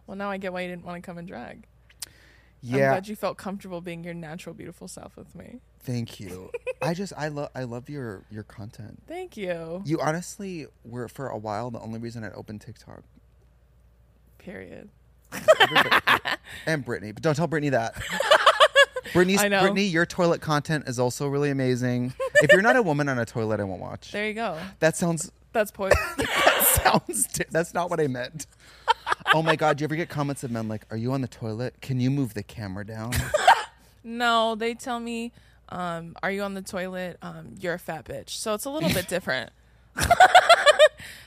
A: Well, now I get why you didn't want to come and drag. I'm
B: Yeah,
A: glad you felt comfortable being your natural, beautiful self with me.
B: thank you. I just I love I love your your content.
A: Thank you.
B: You honestly were for a while the only reason I'd open TikTok.
A: Period.
B: Everybody- and Brittany, but don't tell Brittany that. Brittany's,
A: I know.
B: Brittany, your toilet content is also really amazing. If you're not a woman on a toilet, I won't watch.
A: There you go.
B: That sounds
A: That's poison.
B: that sounds. T- that's not what I meant. Oh my god! Do you ever get comments of men like, "Are you on the toilet? Can you move the camera down?"
A: no, they tell me, um, "Are you on the toilet? Um, you're a fat bitch." So it's a little bit different.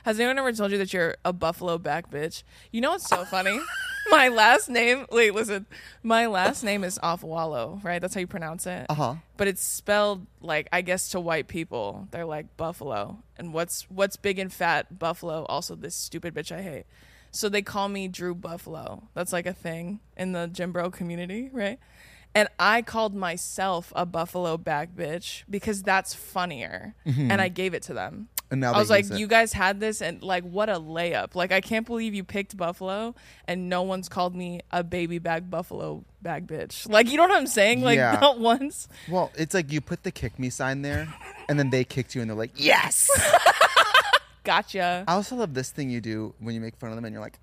A: Has anyone ever told you that you're a buffalo back bitch? You know what's so funny? My last name. Wait, listen. My last name is Offwallow, right? That's how you pronounce it. Uh
B: Uh-huh.
A: huh. But it's spelled like I guess to white people, they're like buffalo. And what's what's big and fat buffalo? Also, this stupid bitch I hate. So they call me Drew Buffalo. That's like a thing in the Jim Bro community, right? And I called myself a buffalo back bitch because that's funnier, and I gave it to them.
B: Mm-hmm. And now
A: I
B: they
A: was like,
B: use it.
A: you guys had this, and like, what a layup! Like, I can't believe you picked Buffalo, and no one's called me a baby bag Buffalo bag bitch. Like, you know what I'm saying? Like,
B: Yeah.
A: not once.
B: Well, it's like you put the kick me sign there, and then they kicked you, and they're like, "Yes."
A: Gotcha.
B: I also love this thing you do when you make fun of them, and you're like,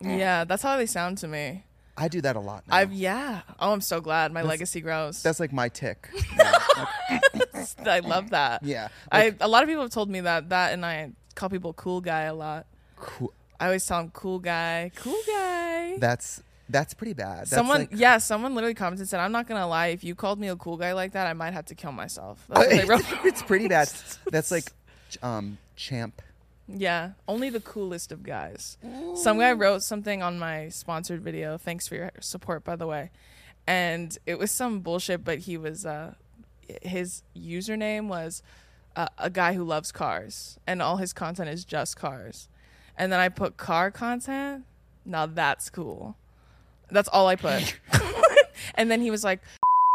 A: yeah, that's how they sound to me.
B: "I do that a lot." Now.
A: I've yeah. Oh, I'm so glad my legacy grows.
B: that's like my tick.
A: I love that.
B: Yeah,
A: I a lot of people have told me that that, and I call people cool guy a lot.
B: Cool.
A: I always tell them cool guy, cool guy.
B: That's that's pretty bad. That's
A: Someone,
B: like-
A: yeah, someone literally commented and said, "I'm not gonna lie. If you called me a cool guy like that, I might have to kill myself." That's what they wrote.
B: it's pretty bad. That's like ch- um champ.
A: Yeah, only the coolest of guys. Some guy wrote something on my sponsored video. Thanks for your support, by the way. And it was some bullshit, but he was uh, his username was uh, a guy who loves cars, and all his content is just cars. And then I put car content. Now that's cool. That's all I put. and then he was like,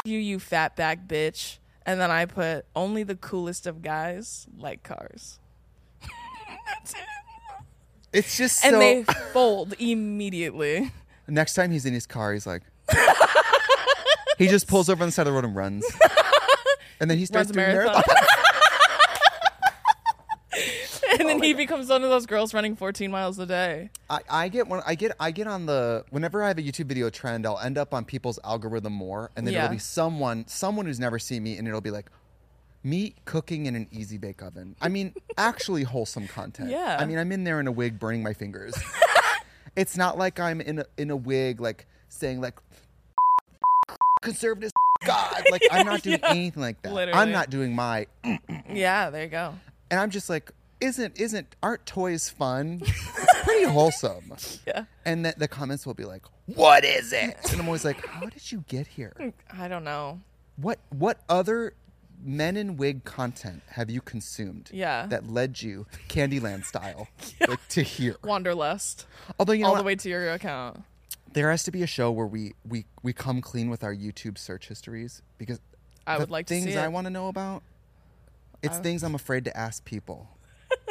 A: "You, you fat back bitch." And then I put only the coolest of guys like cars.
B: It's just
A: and
B: so.
A: they fold immediately.
B: Next time he's in his car, he's like, he just pulls over on the side of the road and runs, and then he starts
A: Runs a
B: doing
A: marathon.
B: marathon. Oh
A: and then he becomes one of those girls running 14 miles a day.
B: I, I get one. I get I get on the whenever I have a YouTube video trend, I'll end up on people's algorithm more, and then
A: Yeah.
B: it'll be someone someone who's never seen me, and it'll be like meat cooking in an easy bake oven. I mean, actually wholesome content.
A: Yeah.
B: I mean, I'm in there in a wig, burning my fingers. it's not like I'm in a, in a wig, like saying like conservative God. Like I'm not doing anything like that.
A: Literally.
B: I'm not doing my Mm.
A: Yeah, there you go.
B: and I'm just like, isn't isn't aren't toys fun? It's pretty wholesome.
A: Yeah.
B: And the, the comments will be like, "What is it?" And I'm always like, "How did you get here?
A: I don't know.
B: What what other men in wig content have you consumed?
A: Yeah.
B: that led you Candyland style like, to here.
A: Wanderlust.
B: Although you know
A: All
B: what?
A: the way to your account.
B: there has to be a show where we we we come clean with our YouTube search histories because
A: I
B: the
A: would like to see
B: things I
A: it.
B: want to know about. It's things I'm afraid to ask people.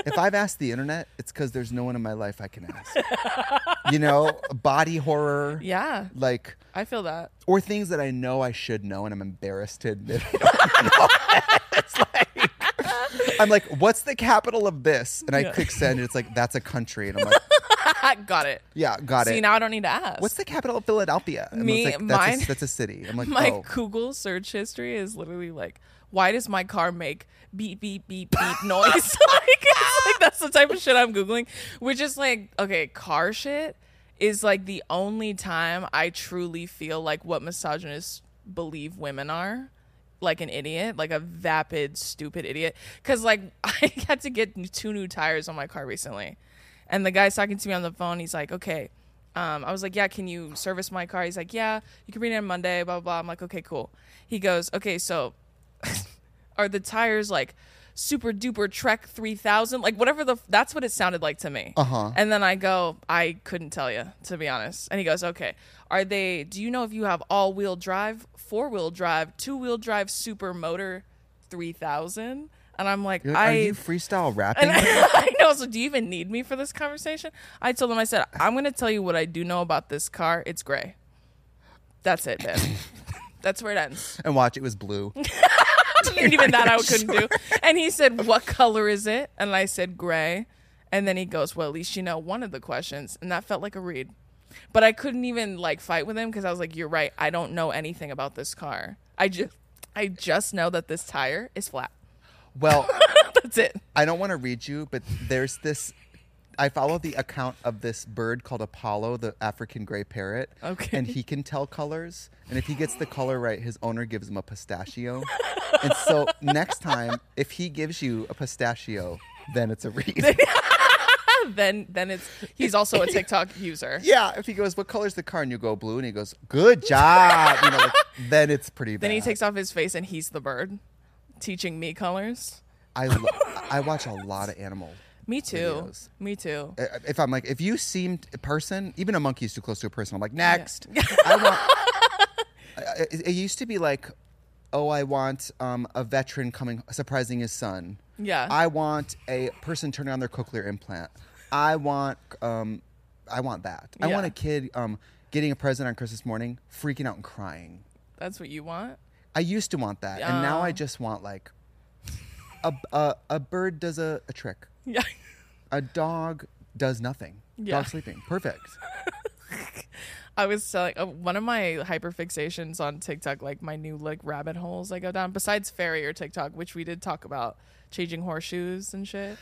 B: if I've asked the internet, it's because there's no one in my life I can ask. you know, body horror,
A: Yeah.
B: like
A: I feel that.
B: or things that I know I should know and I'm embarrassed to admit. I don't know. it's like I'm like, what's the capital of this? And I click send, and it's like that's a country, and I'm like,
A: I got it.
B: yeah, got
A: See,
B: it.
A: now I don't need to ask.
B: What's the capital of Philadelphia? And
A: Me-
B: it's like, that's,
A: mine-
B: a, that's a city. I'm like,
A: my
B: oh,
A: Google search history is literally like, why does my car make beep beep beep beep noise? like, it's like that's the type of shit I'm googling, which is like, okay, car shit is like the only time I truly feel like what misogynists believe women are. Like an idiot, like a vapid, stupid idiot. Cause like I had to get two new tires on my car recently. And the guy's talking to me on the phone. He's like, okay. Um, I was like, yeah, can you service my car? He's like, yeah, you can bring it on Monday, blah, blah, blah. I'm like, okay, cool. He goes, okay, so are the tires like super duper Trek 3000? Like, whatever the, f- that's what it sounded like to me. Uh
B: Uh-huh.
A: huh. And then I go, I couldn't tell you, to be honest. And he goes, okay, are they, do you know if you have all wheel drive, four wheel drive, two wheel drive, super motor 3000? And I'm like,
B: are
A: I
B: you freestyle rapping?
A: I know. So, do you even need me for this conversation? I told him, I said, I'm going to tell you what I do know about this car. It's gray. That's it, man. That's where it ends.
B: and watch, it was blue.
A: And even that I couldn't do. And he said, What color is it? And I said, Gray. And then he goes, Well, at least you know one of the questions. And that felt like a read. But I couldn't even like fight with him because I was like, You're right. I don't know anything about this car. I just, I just know that this tire is flat.
B: Well,
A: That's it.
B: I don't want to read you, but there's this. I follow the account of this bird called Apollo, the African gray parrot.
A: Okay.
B: And he can tell colors. And if he gets the color right, his owner gives him a pistachio. and so next time, if he gives you a pistachio, then it's a read.
A: Then, then it's, he's also a TikTok user.
B: yeah. If he goes, What color's the car? And you go blue. And he goes, Good job. You know, like, then it's pretty bad.
A: Then he takes off his face and he's the bird teaching me colors.
B: I, lo- I watch a lot of animal
A: Me too.
B: Videos. Eh.
A: Me too.
B: I- if I'm like, if you seem a person, even a monkey is too close to a person. I'm like, next. I want. I- I- It, used to be like, oh, I want um, a veteran coming surprising his son.
A: Yeah.
B: I want a person turning on their cochlear implant. I want, um, I want that. I
A: Yeah.
B: want a kid um, getting a present on Christmas morning, freaking out and crying.
A: That's what you want?
B: I used to want that, and now I just want like a a, a bird does a, a trick.
A: Yeah.
B: A dog does nothing.
A: Yeah.
B: Dog sleeping. Perfect.
A: I was telling uh, one of my hyperfixations on TikTok, like my new like rabbit holes I go down. Besides Farrier TikTok, which we did talk about changing horseshoes and shit.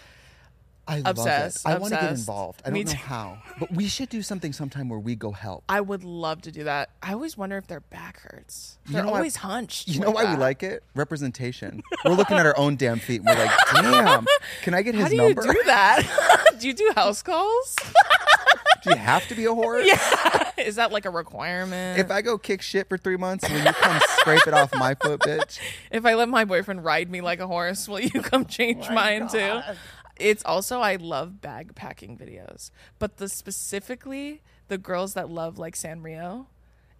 B: I
A: Obsessed,
B: love it. I want to get
A: obsessed.
B: involved. I don't
A: Me
B: know
A: too.
B: how. But we should do something sometime where we go help.
A: I would love to do that. I always wonder if their back hurts.
B: You
A: They're
B: know why-
A: always hunched.
B: you
A: like
B: know why
A: that.
B: we like it? Representation. We're looking at our own damn feet and we're like, damn, can I get his
A: How do
B: number?
A: you do that? do you do house calls?
B: Do you have to be a whore?
A: Is that like a requirement?
B: If I go kick shit for three months and then you come scrape it off my foot, bitch.
A: If I let my boyfriend ride me like a horse, will you come change mine too? It's also I love bag packing videos, but the specifically the girls that love like Sanrio,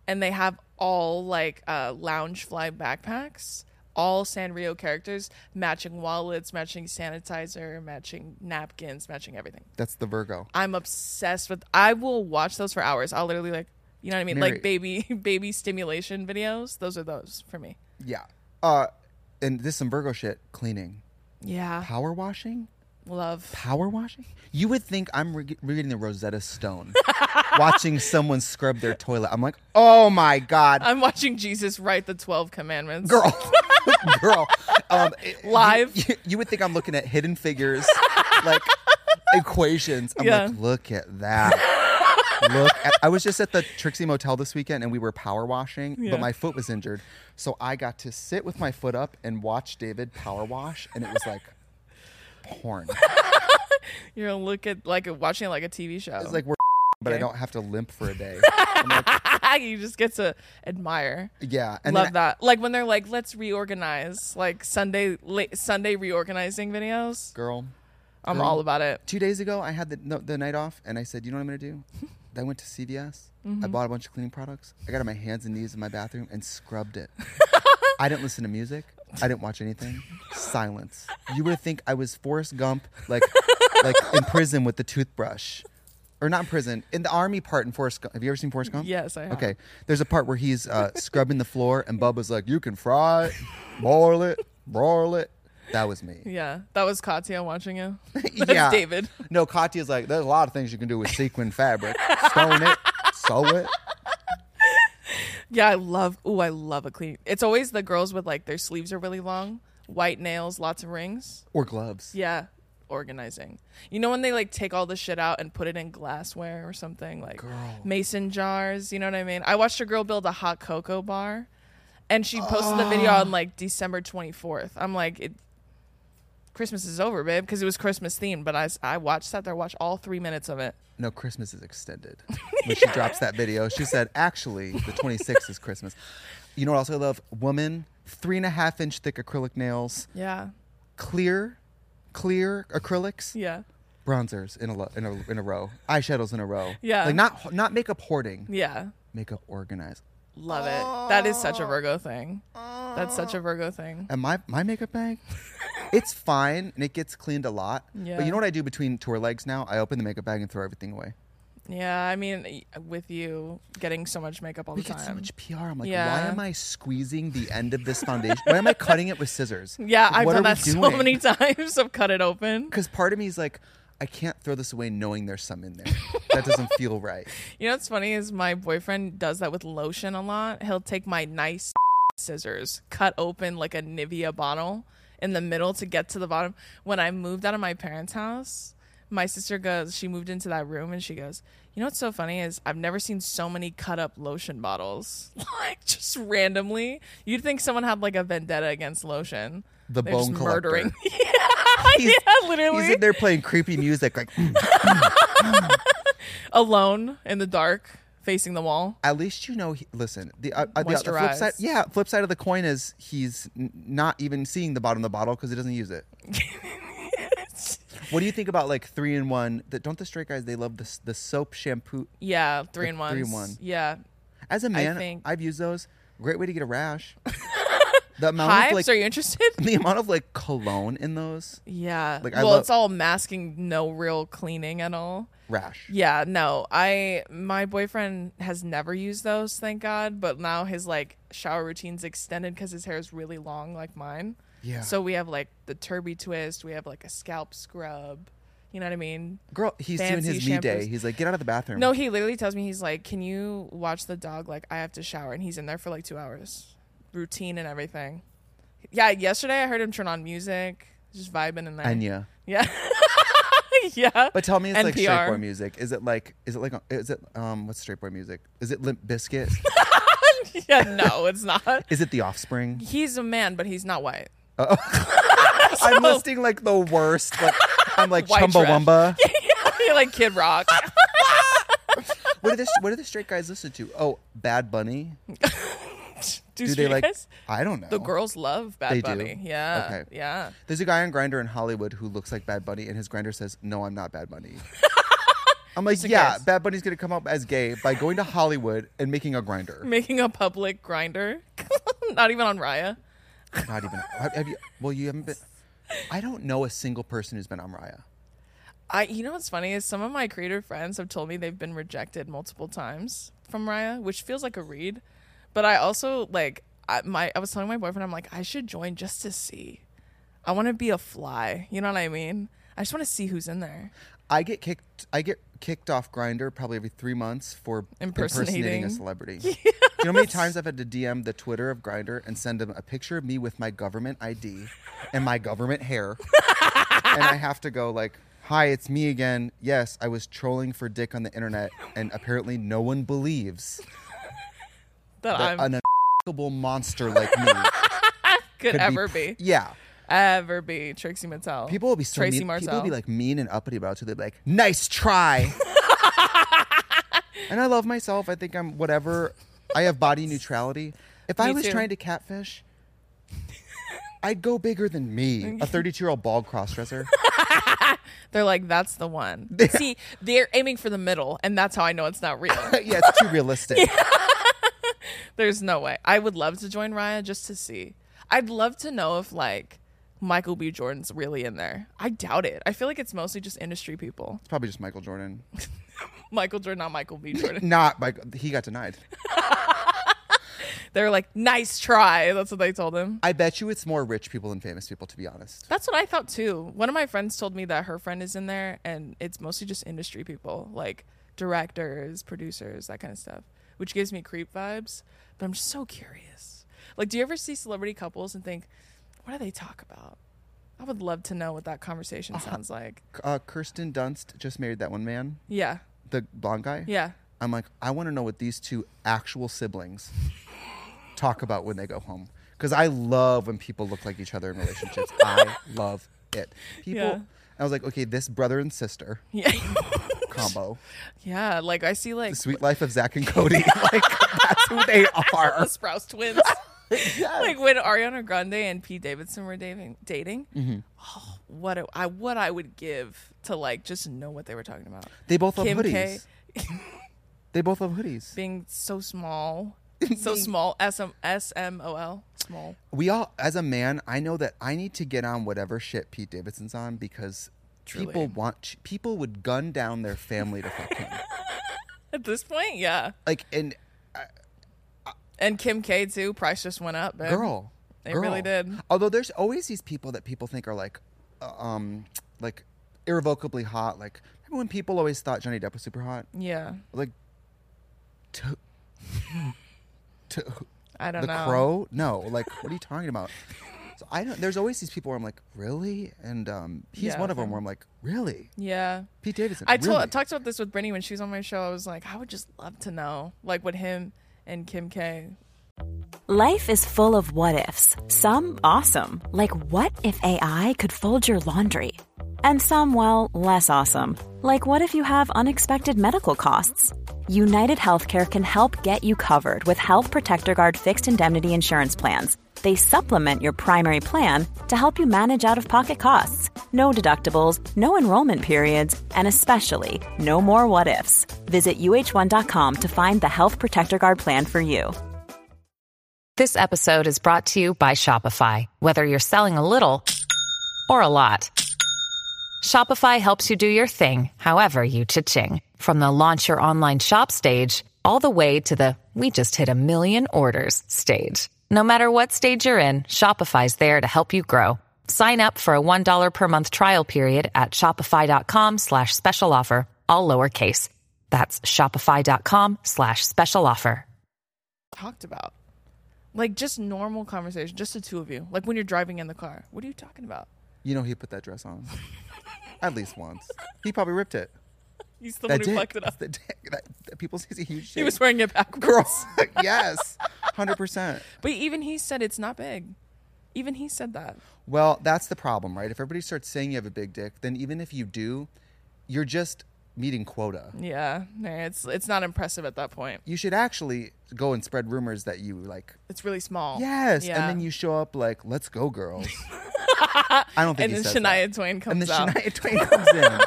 A: and they have all like uh, lounge fly backpacks, all Sanrio characters, matching wallets, matching sanitizer, matching napkins, matching everything.
B: That's the Virgo.
A: I'm obsessed with. I will watch those for hours. I'll literally like, you know what I mean,
B: Mary-
A: like baby baby stimulation videos. Those are those for me.
B: Yeah. Uh, and this is some Virgo shit. Cleaning.
A: Yeah.
B: Power washing?
A: Love.
B: Power washing? You would think I'm re- reading the Rosetta Stone, watching someone scrub their toilet. I'm like, oh my god,
A: I'm watching Jesus write the 12 commandments.
B: girl, girl. Um, it-
A: Live.
B: You, you would think I'm looking at Hidden Figures, like equations. I'm
A: Yeah.
B: like, look at that. Look, at, I was just at the Trixie Motel this weekend, and we were power washing,
A: Yeah.
B: but my foot was injured, so I got to sit with my foot up and watch David power wash, and it was like porn.
A: You're going to look at, like, watching it like a TV show.
B: It's like we're, but I don't have to limp for a day.
A: you just get to admire.
B: Yeah, and
A: Love
B: then
A: that. Like when they're like, let's reorganize, like Sunday late Sunday reorganizing videos.
B: girl.
A: I'm
B: Girl.
A: all about it.
B: Two days ago, I had the no, the night off, and I said, "You know what I'm gonna do?" I went to CVS. I
A: Mm-hmm.
B: bought a bunch of cleaning products. I got on my hands and knees in my bathroom and scrubbed it. I didn't listen to music. I didn't watch anything. Silence. You would think I was Forrest Gump, like like in prison with the toothbrush, or not in prison in the army part in Forrest Gump. Have you ever seen Forrest Gump?
A: Yes, I have.
B: Okay, there's a part where he's uh, scrubbing the floor, and Bubba's like, "You can fry it, boil it, broil it." That was me
A: Yeah, that was Katya watching you. That's David.
B: no, Katya's like, there's a lot of things you can do with sequin fabric. Stone it, sew it.
A: Yeah, I love. Ooh, I love a clean. It's always the girls with like their sleeves are really long, white nails, lots of rings.
B: Or gloves.
A: Yeah, organizing. You know when they like take all the shit out and put it in glassware or something like mason jars. You know what I mean? I watched a girl build a hot cocoa bar, and she posted the video
B: Ah.
A: on like December twenty fourth. I'm like, it, Christmas is over, babe, because it was Christmas themed. But I s- I watched sat there watched all three minutes of it.
B: No, Christmas is extended. When she drops that video, she said, actually, the 26th is Christmas. You know what else I love? Woman, three and a half inch thick acrylic nails,
A: Yeah,
B: clear, clear acrylics,
A: yeah,
B: bronzers in a, lo- in a in a row, eyeshadows in a row.
A: Yeah.
B: like not not makeup hoarding,
A: yeah.
B: makeup organized.
A: Love it. That is such a Virgo thing. That's such a Virgo thing.
B: And my, my makeup bag, it's fine and it gets cleaned a lot.
A: Yeah.
B: But you know what I do between tour legs now? I open the makeup bag and throw everything away.
A: Yeah, I mean, y- with you getting so much makeup all
B: We
A: the
B: get
A: time.
B: so much PR. I'm like, why
A: Yeah.
B: am I squeezing the end of this foundation? why am I cutting it with scissors?
A: yeah, I've
B: What
A: done
B: are we
A: that so
B: doing?
A: many times. I've cut it open.
B: Because part of me is like, I can't throw this away knowing there's some in there. That doesn't feel right.
A: You know what's funny is my boyfriend does that with lotion a lot. He'll take my nice scissors, cut open like a Nivea bottle in the middle to get to the bottom. When I moved out of my parents' house, my sister goes, she moved into that room and she goes, You know what's so funny is I've never seen so many cut up lotion bottles. like just randomly. You'd think someone had like a vendetta against lotion.
B: The
A: They're just
B: bone collector.
A: murdering.
B: He's,
A: yeah, literally.
B: he's in there playing creepy music. Like, mm.
A: Alone in the dark, facing the wall.
B: at least you know. He, listen, the, uh, uh, the, the flip
A: Moisturized.
B: side, yeah, flip side of the coin is he's n- not even seeing the bottom of the bottle because he doesn't use it. what do you think about like three in one? That don't the straight guys they love the s- the soap shampoo.
A: Yeah, three
B: The
A: and one.
B: three in one.
A: Yeah.
B: As a man,
A: think-
B: I've used those. Great way to get a rash. the amount
A: Hives,
B: of like
A: are you interested?
B: the amount of like cologne in those
A: Yeah.
B: Like, I
A: well,
B: love-
A: it's all masking no real cleaning at all.
B: rash.
A: Yeah, no. I my boyfriend has never used those, thank God, but now his like shower routine's extended cuz his hair is really long like mine.
B: Yeah.
A: So we have like the turby twist, we have like a scalp scrub. You know what I mean?
B: Girl, he's
A: Fancy
B: doing his me day.
A: shampoos.
B: He's like, get out of the bathroom.
A: No, he literally tells me he's like, "Can you watch the dog? Like, I have to shower," and he's in there for like two hours, routine and everything. Yeah, yesterday I heard him turn on music, just vibing in there.
B: Enya.
A: Yeah, yeah.
B: But tell me, it's like straight
A: NPR.
B: boy music. Is it like? Is it like? Is it um? What's straight boy music? Is it Limp Biscuit?
A: Yeah, no, it's not.
B: is it The Offspring?
A: He's a man, but he's not white.
B: I'm listing like the worst. Like, I'm like
A: White
B: Chumbawamba.
A: You're like Kid Rock.
B: What do this? What do the straight guys listen to? Oh, Bad Bunny.
A: Do,
B: Do they like?
A: guys?
B: I don't know.
A: The girls love Bad
B: They do.
A: Bunny. Yeah,
B: Okay.
A: yeah.
B: There's a guy on Grinder in Hollywood who looks like Bad Bunny, and his Grinder says, "No, I'm not Bad Bunny." I'm like,
A: in
B: yeah,
A: case.
B: Bad Bunny's gonna come up as gay by going to Hollywood and making a grinder.
A: Making a public grinder, not even on Raya.
B: Not even. Have, have you? Well, you haven't been. I don't know a single person who's been on Raya.
A: I you know what's funny is some of my creator friends have told me they've been rejected multiple times from Raya, which feels like a read. But I also like I, my I was telling my boyfriend I'm like I should join just to see. I want to be a fly. You know what I mean? I just want to see who's in there.
B: I get kicked. I get kicked off Grinder probably every three months for
A: Impersonating.
B: impersonating, a celebrity. You know how many times I've had to DM the Twitter of Grinder and send them a picture of me with my government ID and my government hair, and I have to go like, "Hi, it's me again. Yes, I was trolling for dick on the internet, and apparently no one believes
A: That
B: that
A: I'm
B: an unable monster like me
A: could
B: could
A: ever
B: p-
A: be,
B: Yeah."
A: ever be Trixie Mattel.
B: People will be so
A: Tracy
B: mean. People
A: Martel.
B: will be like mean and uppity about it. too. They'd be like, "Nice try." and I love myself. I think I'm whatever. I have body neutrality. If I
A: Me
B: was
A: too.
B: trying to catfish, I'd go bigger than me, a 32 year old bald crossdresser.
A: They're like, that's the one. See, they're aiming for the middle, and that's how I know it's not real.
B: yeah, it's too realistic.
A: There's no way. I would love to join Raya just to see. I'd love to know if like Michael B. Jordan's really in there. I doubt it. I feel like it's mostly just industry people.
B: It's probably just Michael Jordan.
A: Michael Jordan, not Michael B. Jordan.
B: Not Michael. He got denied.
A: They're like, nice try. That's what they told him.
B: I bet you it's more rich people than famous people, to be honest.
A: That's what I thought too. One of my friends told me that her friend is in there, and it's mostly just industry people, like directors, producers, that kind of stuff, which gives me creep vibes. But I'm just so curious. Like, do you ever see celebrity couples and think, what do they talk about? I would love to know what that conversation sounds like.
B: Uh, Kirsten Dunst just married that one man,
A: Yeah.
B: the blonde guy.
A: Yeah.
B: I'm like, I want to know what these two actual siblings talk about when they go home. Because I love when people look like each other in relationships. I love it. People,
A: Yeah.
B: I was like, okay, this brother and sister
A: Yeah.
B: combo,
A: yeah. Like, I see like
B: the sweet life of Zach and Cody, like that's who they
A: the
B: are.
A: Sprouse twins. Like when Ariana Grande and Pete Davidson were dating, dating.
B: Mm-hmm.
A: Oh, what a- I what I would give to like just know what they were talking about.
B: They both love
A: Kim
B: hoodies.
A: K
B: They both love hoodies.
A: being so small, so small. S M S M O L small.
B: we all as a man i know that i need to get on whatever shit pete davidson's on because people want people would gun down their family to fuck him
A: At this point, yeah.
B: like and
A: And Kim K too. Price just went up. Babe.
B: girl
A: They
B: girl.
A: really did.
B: although there's always these people that people think are like uh, um like irrevocably hot like remember when people always thought johnny depp was super hot
A: Yeah.
B: like to, to
A: I don't
B: the
A: know.
B: crow no like what are you talking about so i don't there's always these people where i'm like really and um he's
A: Yeah,
B: one of them where i'm like really
A: Yeah.
B: Pete Davidson.
A: I told,
B: really?
A: talked about this with Brittany when she was on my show. I was like, I would just love to know, like, what him and Kim K
H: Life is full of what ifs. Some awesome, like what if AI could fold your laundry? And some, well, less awesome, like what if you have unexpected medical costs? United Healthcare can help get you covered with Health Protector Guard fixed indemnity insurance plans. They supplement your primary plan to help you manage out of pocket costs. No deductibles, no enrollment periods, and especially no more what ifs. Visit uh1.com to find the Health Protector Guard plan for you.
I: This episode is brought to you by Shopify. Whether you're selling a little or a lot, Shopify helps you do your thing, however you cha-ching. From the launch your online shop stage, all the way to the we just hit a million orders stage. No matter what stage you're in, Shopify's there to help you grow. Sign up for a $1 per month trial period at shopify.com slash special offer, all lowercase. That's shopify.com slash special offer.
A: talked about. Like just normal conversation, just the two of you. Like when you're driving in the car, what are you talking about?
B: You know he put that dress on at least once. He probably ripped it.
A: He's the
B: That
A: one who
B: dick.
A: fucked it
B: It's
A: up.
B: the dick. That, that people see a huge.
A: He
B: dick.
A: was wearing it backwards.
B: girl. yes, hundred percent.
A: But even he said it's not big. Even he said that.
B: Well, that's the problem, right? If everybody starts saying you have a big dick, then even if you do, you're just meeting quota.
A: Yeah, nah, it's it's not impressive at that point.
B: You should actually go and spread rumors that you like.
A: It's really small.
B: Yes,
A: Yeah.
B: and then you show up like, "Let's go, girls." I don't think.
A: And
B: he
A: then
B: says
A: Shania
B: that.
A: Twain
B: And
A: comes
B: then
A: out.
B: Shania Twain comes in.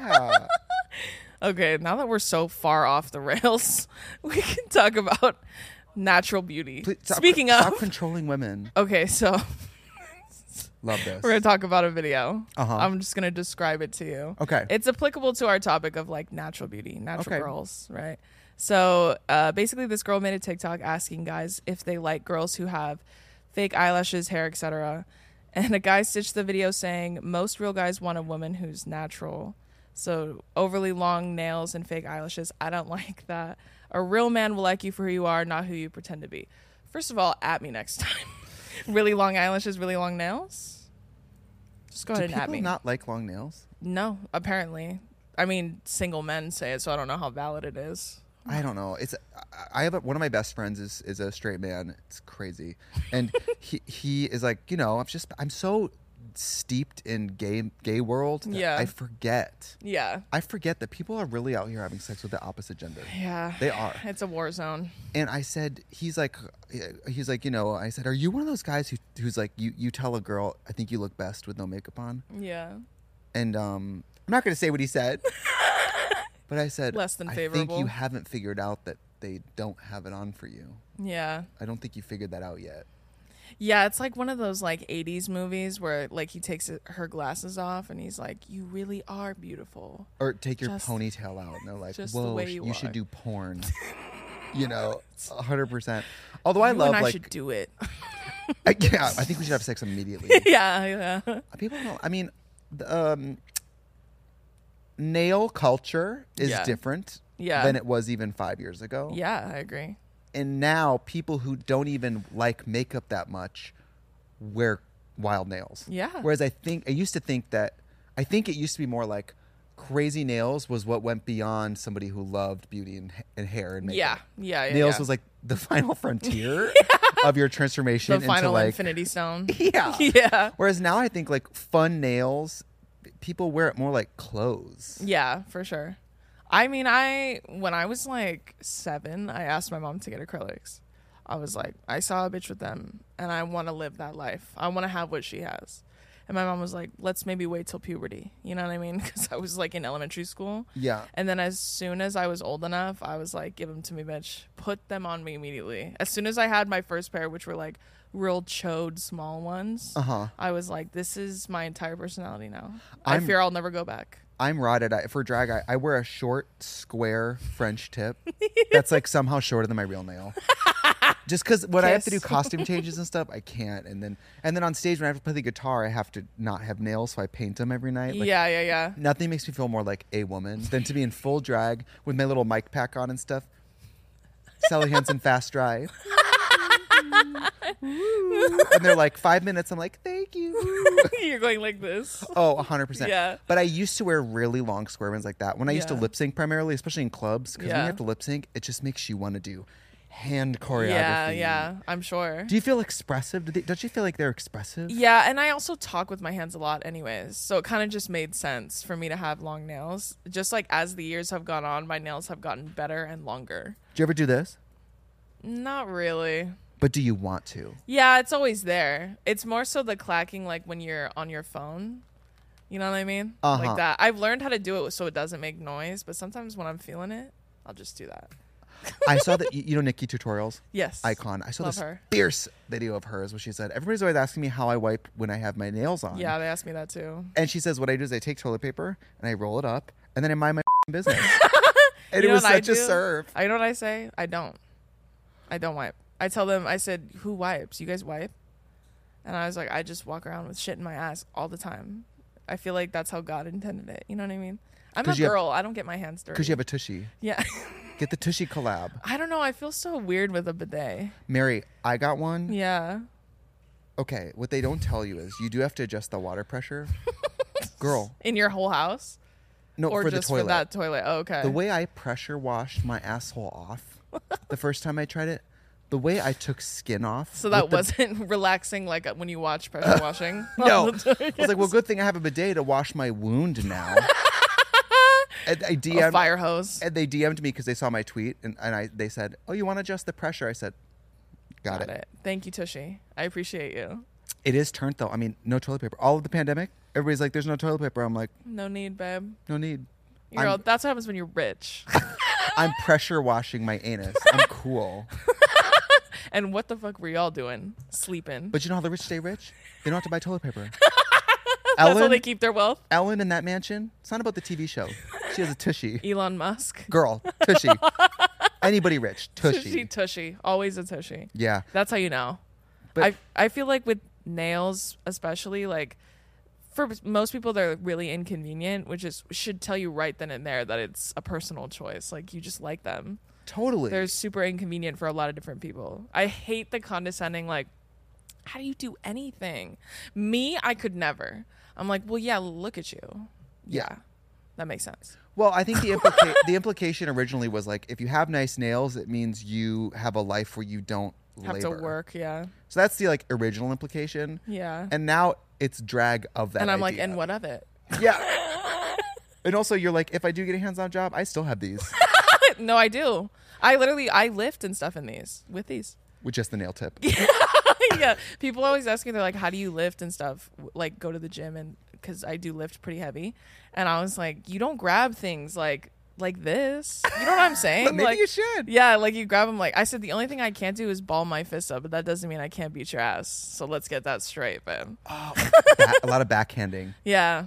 B: Yeah.
A: Okay, now that we're so far off the rails, we can talk about natural beauty.
B: Please stop-
A: Speaking
B: stop
A: of,
B: controlling women.
A: okay, so
B: Love this.
A: We're gonna talk about a video.
B: Uh-huh.
A: I'm just gonna describe it to you.
B: Okay.
A: It's applicable to our topic of like natural beauty, natural
B: Okay.
A: girls, right? So uh, basically, this girl made a TikTok asking guys if they like girls who have fake eyelashes, hair, etc. And a guy stitched the video saying, Most real guys want a woman who's natural. So overly long nails and fake eyelashes. I don't like that. A real man will like you for who you are, not who you pretend to be. First of all, at me next time. really long eyelashes, really long nails. Just go
B: Do
A: ahead and at
B: people
A: me.
B: not like long nails?
A: no, apparently. I mean, single men say it, so I don't know how valid it is.
B: I don't know. It's I- I have a, one of my best friends is is a straight man. It's crazy, and he he is like you know I'm just I'm so steeped in gay gay world. that
A: Yeah.
B: I forget.
A: Yeah.
B: I forget that people are really out here having sex with the opposite gender.
A: Yeah.
B: They are.
A: It's a war zone.
B: And I said, he's like, he's like, you know, I said, are you one of those guys who, who's like, you, you tell a girl, I think you look best with no makeup on?
A: Yeah.
B: And um, I'm not going to say what he said, but I said,
A: Less than
B: I think
A: favorable.
B: you haven't figured out that they don't have it on for you.
A: Yeah.
B: I don't think you figured that out yet.
A: Yeah, it's like one of those like 80s movies where like he takes it- her glasses off and he's like, "You really are beautiful."
B: Or take your
A: Just-
B: ponytail out. And they're like,
A: just the
B: whoa,
A: way
B: sh-
A: you
B: you, should
A: are."
B: do porn. you know, 100%. Although I
A: You
B: love,
A: and I
B: like,
A: should do it.
B: I, yeah, I think we should have sex immediately.
A: yeah, yeah.
B: People don't. I mean, the, um, nail culture is
A: Yeah.
B: different
A: Yeah.
B: than it was even five years ago.
A: Yeah, I agree.
B: And now people who don't even like makeup that much wear wild nails.
A: Yeah.
B: Whereas I think I used to think that I think it used to be more like crazy nails was what went beyond somebody who loved beauty and, ha- and hair and makeup.
A: Yeah. Yeah, yeah.
B: Nails
A: yeah.
B: was like the final frontier of your transformation
A: the
B: into
A: final
B: like
A: infinity stone.
B: yeah.
A: yeah.
B: Whereas now I think like fun nails, people wear it more like clothes.
A: Yeah, for sure. I mean, I when I was like 7, I asked my mom to get acrylics. I was like, I saw a bitch with them and I want to live that life. I want to have what she has. And my mom was like, let's maybe wait till puberty. You know what I mean? Cuz I was like in elementary school.
B: Yeah.
A: And then as soon as I was old enough, I was like, give them to me, bitch. Put them on me immediately. As soon as I had my first pair, which were like real chode small ones, uh-huh. I was like, this is my entire personality now. I
B: I'm-
A: fear I'll never go back.
B: I'm rotted. I, for drag, I, I wear a short, square French tip that's like somehow shorter than my real nail. Just because when I have to do
A: Kiss.
B: costume changes and stuff, I can't. And then and then on stage when I have to play the guitar, I have to not have nails, so I paint them every night. Like,
A: yeah, yeah, yeah.
B: Nothing makes me feel more like a woman than to be in full drag with my little mic pack on and stuff. Sally Hansen fast drive. and they're like five minutes. I'm like, thank you.
A: You're going like this.
B: Oh, 100%.
A: Yeah.
B: But I used to wear really long square ones like that. When I used to
A: Yeah.
B: lip sync primarily, especially in clubs, because when
A: Yeah.
B: you have to lip sync, it just makes you want to do hand choreography.
A: Yeah, yeah, I'm sure.
B: Do you feel expressive? Do they, don't you feel like they're expressive?
A: yeah, and I also talk with my hands a lot, anyways. So it kind of just made sense for me to have long nails. Just like as the years have gone on, my nails have gotten better and longer.
B: Do you ever do this?
A: Not really.
B: But do you want to?
A: Yeah, it's always there. It's more so the clacking, like when you're on your phone. You know what I mean?
B: Uh-huh.
A: Like that. I've learned how to do it so it doesn't make noise, but sometimes when I'm feeling it, I'll just do that.
B: I saw that, you- you know, Nikki tutorials?
A: Yes.
B: Icon. I saw
A: Love
B: this
A: her.
B: fierce video of hers where she said, Everybody's always asking me how I wipe when I have my nails on.
A: Yeah, they asked me that too.
B: And she says, What I do is I take toilet paper and I roll it up and then I mind my business. and
A: You
B: it
A: know
B: was
A: what I
B: such a
A: do?
B: serve.
A: I know what I say. I don't. I don't wipe. I tell them. I said, "Who wipes? You guys wipe?" And I was like, "I just walk around with shit in my ass all the time. I feel like that's how God intended it. You know what I mean? I'm a
B: 'Cause you have-
A: girl. I don't get my hands dirty.
B: Because you have a tushy.
A: yeah.
B: Get the tushy collab.
A: I don't know. I feel so weird with a bidet.
B: Mary, I got one.
A: Yeah.
B: Okay, what they don't tell you is you do have to adjust the water pressure. Girl,
A: In your whole house,
B: no,
A: or
B: for
A: just
B: the toilet.
A: for that toilet? Oh, okay.
B: the way I pressure washed my asshole off the first time I tried it, the way I took skin off.
A: so that
B: with the-
A: wasn't relaxing like uh, when you watch pressure washing.
B: No. I was like, well, good thing I have a bidet to wash my wound now. and I
A: A
B: DM'd,
A: fire hose.
B: And they DM'd me because they saw my tweet and, and I they said, oh, you want to adjust the pressure? I said, got,
A: Got
B: it.
A: it. Thank you, Tushy. I appreciate you.
B: It is turned though. I mean, no toilet paper. All of the pandemic, everybody's like, there's no toilet paper. I'm like,
A: No need, babe.
B: no need.
A: You're
B: I'm-
A: all- that's what happens when you're rich.
B: I'm pressure washing my anus. I'm cool.
A: and what the fuck were y'all doing? Sleeping.
B: But you know how the rich stay rich? They don't have to buy toilet paper.
A: that's how
B: Ellen,
A: they keep their wealth.
B: Ellen in that mansion. It's not about the TV show. She has a tushy.
A: Elon Musk.
B: Girl, tushy. Anybody rich, tushy.
A: Tushy, tushy. Always a tushy.
B: Yeah.
A: That's how you know.
B: But-
A: I I feel like with nails especially like for most people they're really inconvenient which is should tell you right then and there that it's a personal choice like you just like them
B: Totally.
A: they're super inconvenient for a lot of different people i hate the condescending like how do you do anything me i could never i'm like well yeah look at you
B: Yeah.
A: that makes sense
B: Well, I think the implica- the implication originally was like if you have nice nails, it means you have a life where you don't
A: have
B: labor.
A: to work yeah
B: So that's the like original implication.
A: Yeah.
B: And now it's drag of that.
A: and i'm like
B: idea.
A: and what of it
B: Yeah. and also, you're like, if I do get a hands-on job, I still have these
A: no i do i literally i lift and stuff in these with these
B: with just the nail tip.
A: yeah, people always ask me, they're like, "How do you lift and stuff? W- Like, go to the gym and because I do lift pretty heavy." And I was like, "You don't grab things like like this. You know what I'm saying?
B: But maybe
A: like,
B: you should.
A: Yeah, like you grab them. Like I said, the only thing I can't do is ball my fist up, but that doesn't mean I can't beat your ass. So let's get that straight, babe.
B: Uh, Ba- a lot of backhanding.
A: Yeah,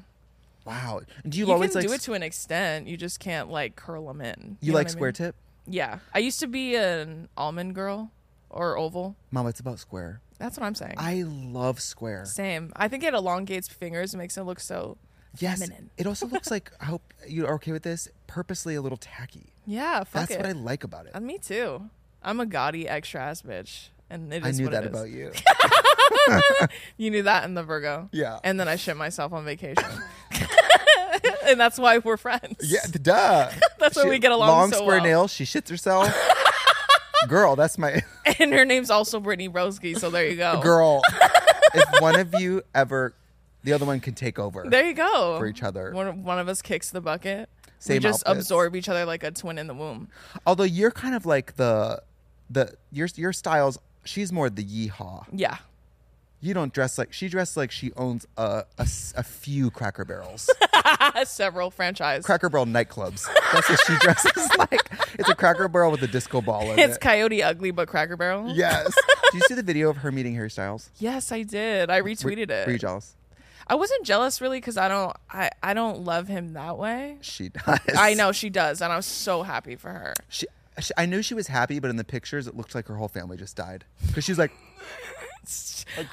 B: Wow. And do you,
A: you
B: always
A: can
B: like
A: do
B: s-
A: it to an extent. You just can't like curl them in.
B: you
A: know
B: like
A: what I
B: square
A: mean?
B: tip?
A: Yeah, I used to be an almond girl or oval.
B: Mom, it's about square.
A: That's what I'm saying.
B: I love square.
A: Same. I think it elongates fingers and makes it look so
B: Yes.
A: feminine.
B: It also looks like I hope you are okay with this. Purposely a little tacky.
A: Yeah, fuck
B: That's
A: it.
B: what I like about it.
A: Uh, Me too. I'm a gaudy extra ass bitch, and it is
B: I knew
A: what
B: that
A: it is.
B: about you.
A: You knew that in the Virgo.
B: Yeah.
A: And then I shit myself on vacation, and that's why we're friends.
B: Yeah, d- duh.
A: That's why we get along
B: Long
A: so
B: square
A: well.
B: nails. She shits herself. girl, that's my
A: And her name's also Brittany Roski, so there you go.
B: girl. if one of you ever, the other one can take over.
A: There you go.
B: For each other.
A: One of, one of us kicks the bucket. we
B: Same
A: just
B: outfits.
A: absorb each other like a twin in the womb.
B: Although you're kind of like the the your your styles. She's more the yeehaw.
A: Yeah.
B: You don't dress like she dresses like she owns a a s- a few Cracker Barrels,
A: Several franchise.
B: Cracker Barrel nightclubs. That's what she dresses like. It's a Cracker Barrel with a disco ball in
A: it's
B: it.
A: Coyote Ugly, but Cracker Barrel.
B: yes. Do you see the video of her meeting Harry Styles?
A: Yes, I did. I retweeted it.
B: Were you jealous?
A: I wasn't jealous really because I don't I, I don't love him that way.
B: She does.
A: I know she does, and I was so happy for her.
B: She, she, I knew she was happy, but in the pictures, it looked like her whole family just died. Because she's like,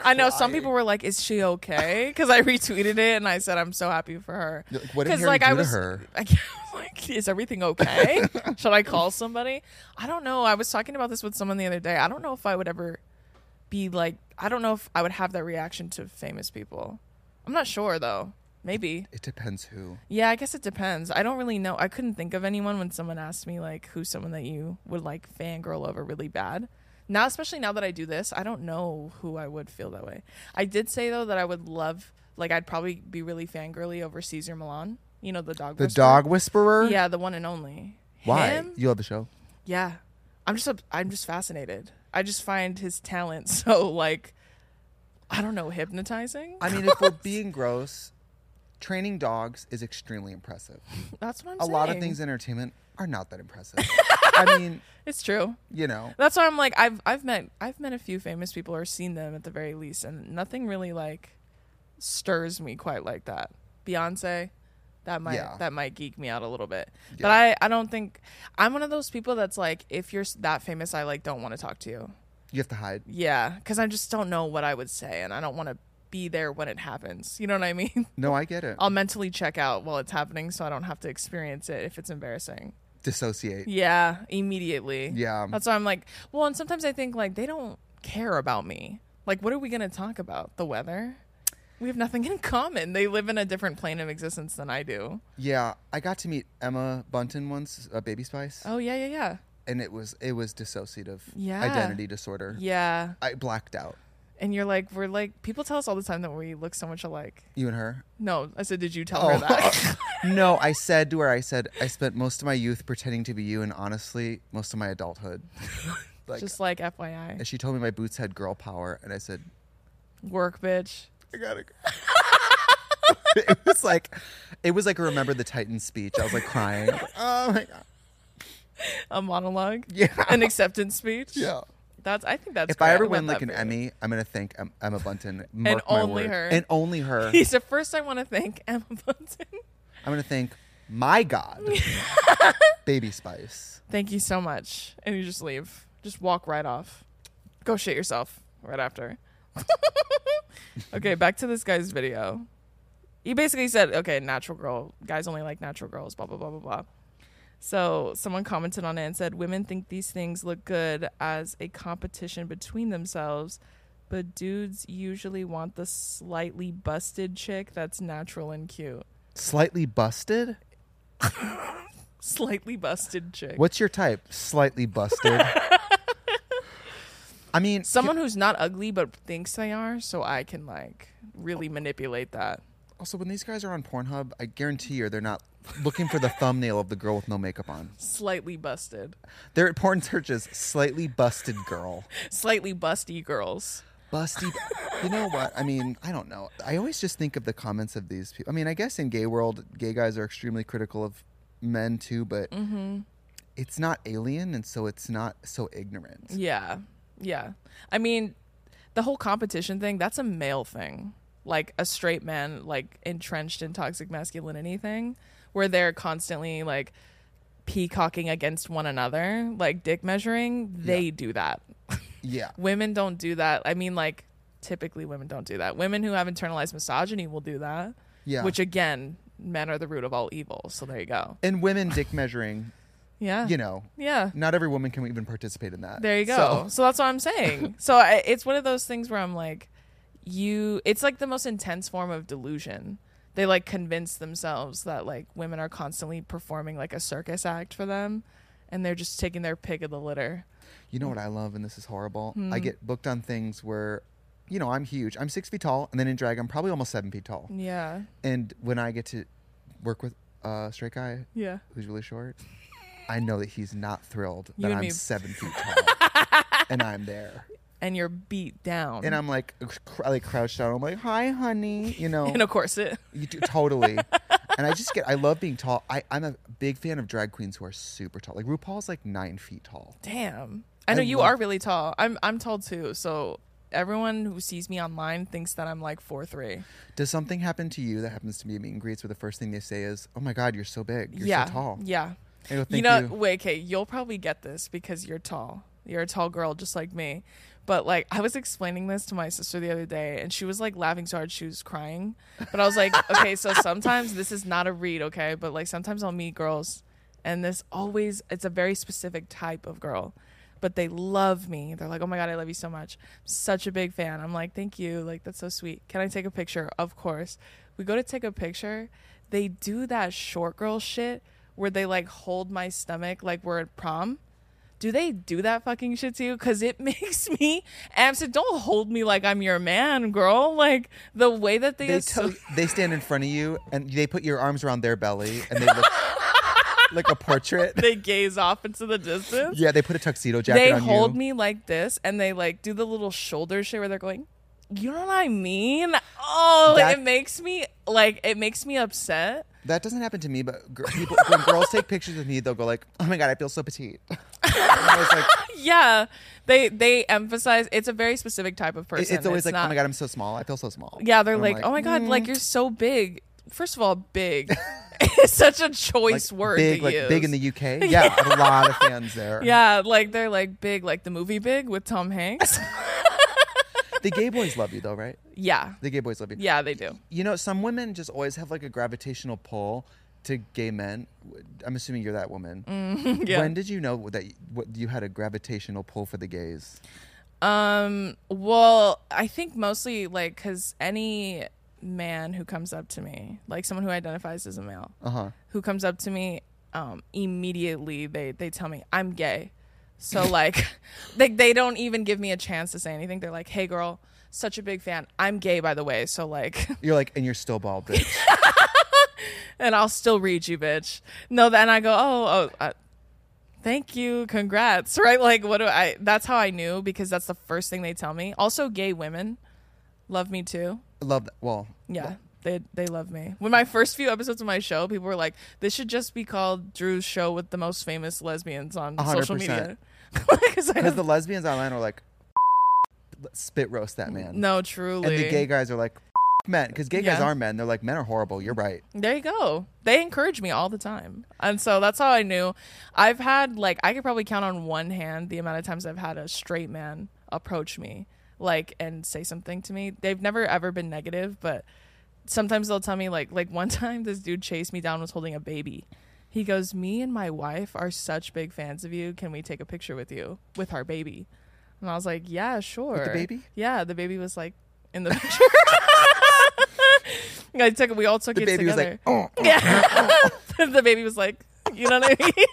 A: I know some people were like, "Is she okay?" Because I retweeted it and I said, "I'm so happy for her."
B: You're like, what did
A: 'Cause,
B: Harry
A: like, I
B: do to
A: was,
B: her?
A: I was like, "Is everything okay? Should I call somebody?" I don't know. I was talking about this with someone the other day. I don't know if I would ever be like, I don't know if I would have that reaction to famous people. I'm not sure though. Maybe.
B: it depends who.
A: Yeah, I guess it depends. I don't really know. I couldn't think of anyone when someone asked me like who's someone that you would like fangirl over really bad. Now, especially now that I do this, I don't know who I would feel that way. I did say though that I would love like I'd probably be really fangirly over Caesar Milan. You know the dog.
B: The
A: whisperer?
B: dog whisperer?
A: Yeah, the one and only.
B: Why?
A: Him?
B: You love the show?
A: Yeah, I'm just up- I'm just fascinated. I just find his talent so like I don't know hypnotizing.
B: I mean, if we're being gross, training dogs is extremely impressive.
A: That's what I'm
B: a
A: saying.
B: lot of things in entertainment are not that impressive. I mean,
A: It's true.
B: you know.
A: That's why I'm like I've I've met I've met a few famous people or seen them at the very least, and nothing really like stirs me quite like that. Beyonce, that might
B: Yeah.
A: that might geek me out a little bit, but I I don't think I'm one of those people that's like if you're s- that famous, I like don't want to talk to you.
B: You have to hide.
A: Yeah, because I just don't know what I would say, and I don't want to be there when it happens. You know what I mean?
B: No, I get it.
A: I'll mentally check out while it's happening, so I don't have to experience it if it's embarrassing.
B: Dissociate.
A: Yeah, immediately.
B: Yeah.
A: That's why I'm like, well, and sometimes I think like they don't care about me. Like, what are we gonna talk about? The weather? We have nothing in common. They live in a different plane of existence than I do.
B: Yeah, I got to meet Emma Bunton once, uh, Baby Spice,
A: Oh yeah, yeah, yeah.
B: and it was it was dissociative
A: Yeah.
B: identity disorder.
A: Yeah.
B: I blacked out.
A: And you're like, we're like people tell us all the time that we look so much alike.
B: You and her?
A: No, I said, did you tell
B: Oh,
A: her that?
B: No, I said to her, I said, I spent most of my youth pretending to be you, and honestly, most of my adulthood. like,
A: Just like FYI.
B: and she told me my boots had girl power, and I said,
A: Work, bitch.
B: I gotta go. it was like, it was like a remember the Titan speech. I was like crying. oh my god.
A: A monologue.
B: Yeah.
A: An acceptance speech.
B: Yeah.
A: That's I think that's
B: If I
A: great.
B: ever
A: love
B: win like
A: that
B: an
A: for you.
B: Emmy, I'm gonna thank em- Emma Bunton. Mark my
A: only
B: words.
A: her.
B: And only her.
A: He's the first I want to thank Emma Bunton.
B: I'm gonna thank my God, Baby Spice.
A: thank you so much and you just leave just walk right off go shit yourself right after Okay, back to this guy's video. He basically said, okay, natural girl, guys only like natural girls, blah, blah, blah, blah, blah. So someone commented on it and said, women think these things look good as a competition between themselves, but dudes usually want the slightly busted chick that's natural and cute.
B: Slightly busted?
A: Slightly busted chick.
B: What's your type? Slightly busted. I mean,
A: Someone who's not ugly but thinks they are, so I can like really manipulate that.
B: also when these guys are on Pornhub, I guarantee you they're not looking for the thumbnail of the girl with no makeup on.
A: Slightly busted.
B: They're at porn searches, slightly busted girl.
A: Slightly busty girls.
B: busty. you know what? I mean, I don't know. I always just think of the comments of these people. I mean, I guess in gay world, gay guys are extremely critical of men too, but
A: Mm-hmm.
B: it's not alien, and so it's not so ignorant.
A: Yeah. Yeah. I mean, the whole competition thing, that's a male thing. Like a straight man, like entrenched in toxic masculinity thing, where they're constantly like peacocking against one another, like dick measuring. They do that.
B: Yeah,
A: women don't do that. I mean, like, typically women don't do that. Women who have internalized misogyny will do that.
B: yeah.
A: Which, again, men are the root of all evil. So there you go.
B: and women dick measuring.
A: Yeah.
B: You know,
A: Yeah.
B: not every woman can even participate in that.
A: There you go. So,
B: So,
A: that's what I'm saying. so I, it's one of those things where I'm like, you. It's like the most intense form of delusion. They like convince themselves that like women are constantly performing like a circus act for them, and they're just taking their pick of the litter.
B: you know what I love, and this is horrible.
A: Hmm.
B: I get booked on things where, you know, I'm huge. I'm six feet tall, and then in drag, I'm probably almost seven feet tall.
A: Yeah.
B: And when I get to work with a straight guy,
A: Yeah.
B: who's really short, I know that he's not thrilled
A: You
B: that
A: and
B: I'm
A: me.
B: seven feet tall and I'm there.
A: And you're beat down
B: And I'm like, cr- like crouched down. I'm like, hi, honey. You know,
A: in a corset.
B: you do, totally. and I just get, I love being tall. I, I'm a big fan of drag queens who are super tall. Like RuPaul's like nine feet tall.
A: Damn. I know you
B: love-
A: are really tall. I'm I'm tall too. So everyone who sees me online thinks that I'm like four three.
B: Does something happen to you that happens to me at meet and greets where the first thing they say is, oh my God, you're so big. You're
A: yeah.
B: so tall.
A: Yeah.
B: I go,
A: you
B: "Thank
A: know,
B: you."
A: wait, okay, you'll probably get this because you're tall. You're a tall girl just like me. But like I was explaining this to my sister the other day and she was like laughing so hard she was crying. But I was like, okay, so sometimes this is not a read, okay? But like sometimes I'll meet girls and this always it's a very specific type of girl. But they love me. They're like, "Oh my god, I love you so much. I'm such a big fan." I'm like, "Thank you. Like that's so sweet. Can I take a picture?" Of course. We go to take a picture. They do that short girl shit where they like hold my stomach like we're at prom. Do they do that fucking shit to you? Cause it makes me absent. Don't hold me like I'm your man, girl. Like the way that they,
B: They,
A: asso-
B: tell, they stand in front of you and they put your arms around their belly and they look like a portrait.
A: they gaze off into the distance.
B: Yeah, they put a tuxedo jacket
A: they
B: on
A: hold
B: you.
A: me like this and they like do the little shoulder shit where they're going, you know what I mean? Oh,
B: That-
A: it makes me like it makes me upset.
B: That doesn't happen to me, but gir- people, when girls take pictures of me, they'll go like, "Oh my god, I feel so petite." And I was like,
A: Yeah, they they emphasize it's a very specific type of
B: it-
A: person.
B: it's always like,
A: not,
B: "Oh my god, I'm so small. I feel so small."
A: Yeah, they're
B: And I'm "Mm,
A: like, oh my god, like you're so big. First of all, big is such a
B: like,
A: choice word.
B: Big,
A: to
B: like
A: use.
B: big in the UK. Yeah, I have a lot of fans there.
A: Yeah, like they're like big, like the movie Big with Tom Hanks.
B: the gay boys love you though, right?
A: yeah,
B: The gay boys love you.
A: yeah, they do.
B: You know, some women just always have like a gravitational pull to gay men. I'm assuming you're that woman.
A: Mm-hmm, yeah.
B: When did you know that y- what, you had a gravitational pull for the gays?
A: Um, well, I think mostly like because any man who comes up to me, like someone who identifies as a male, uh-huh. who comes up to me, um, immediately they they tell me I'm gay. So like, they they don't even give me a chance to say anything. They're like, "Hey, girl, such a big fan. I'm gay, by the way." So like,
B: You're like, and you're still bald, bitch.
A: and I'll still read you, bitch. No, then I go, oh, oh, uh, thank you, congrats, right? Like, what do I? That's how I knew because that's the first thing they tell me. Also, gay women love me too.
B: love that. Well,
A: Yeah. They, they love me. When my first few episodes of my show, people were like, "This should just be called Drew's show with the most famous lesbians on social
B: 100%.
A: media." 'Cause I
B: Because
A: was-
B: the lesbians online are like, "F- spit roast that man.
A: no, truly.
B: And the gay guys are like, "F- men. Because gay guys
A: Yeah.
B: are men. They're like, men are horrible. You're right.
A: There you go. They encourage me all the time. And so that's how I knew. I've had, like, I could probably count on one hand the amount of times I've had a straight man approach me like and say something to me. They've never ever been negative, but sometimes they'll tell me like like one time this dude chased me down was holding a baby. He goes, "Me and my wife are such big fans of you. Can we take a picture with you with our baby?" And I was like, "Yeah, sure."
B: the baby?
A: Yeah, the baby was like in the picture. I took we all took
B: The
A: it
B: baby was
A: together.
B: like, oh,
A: Yeah. the baby was like, you know what I mean?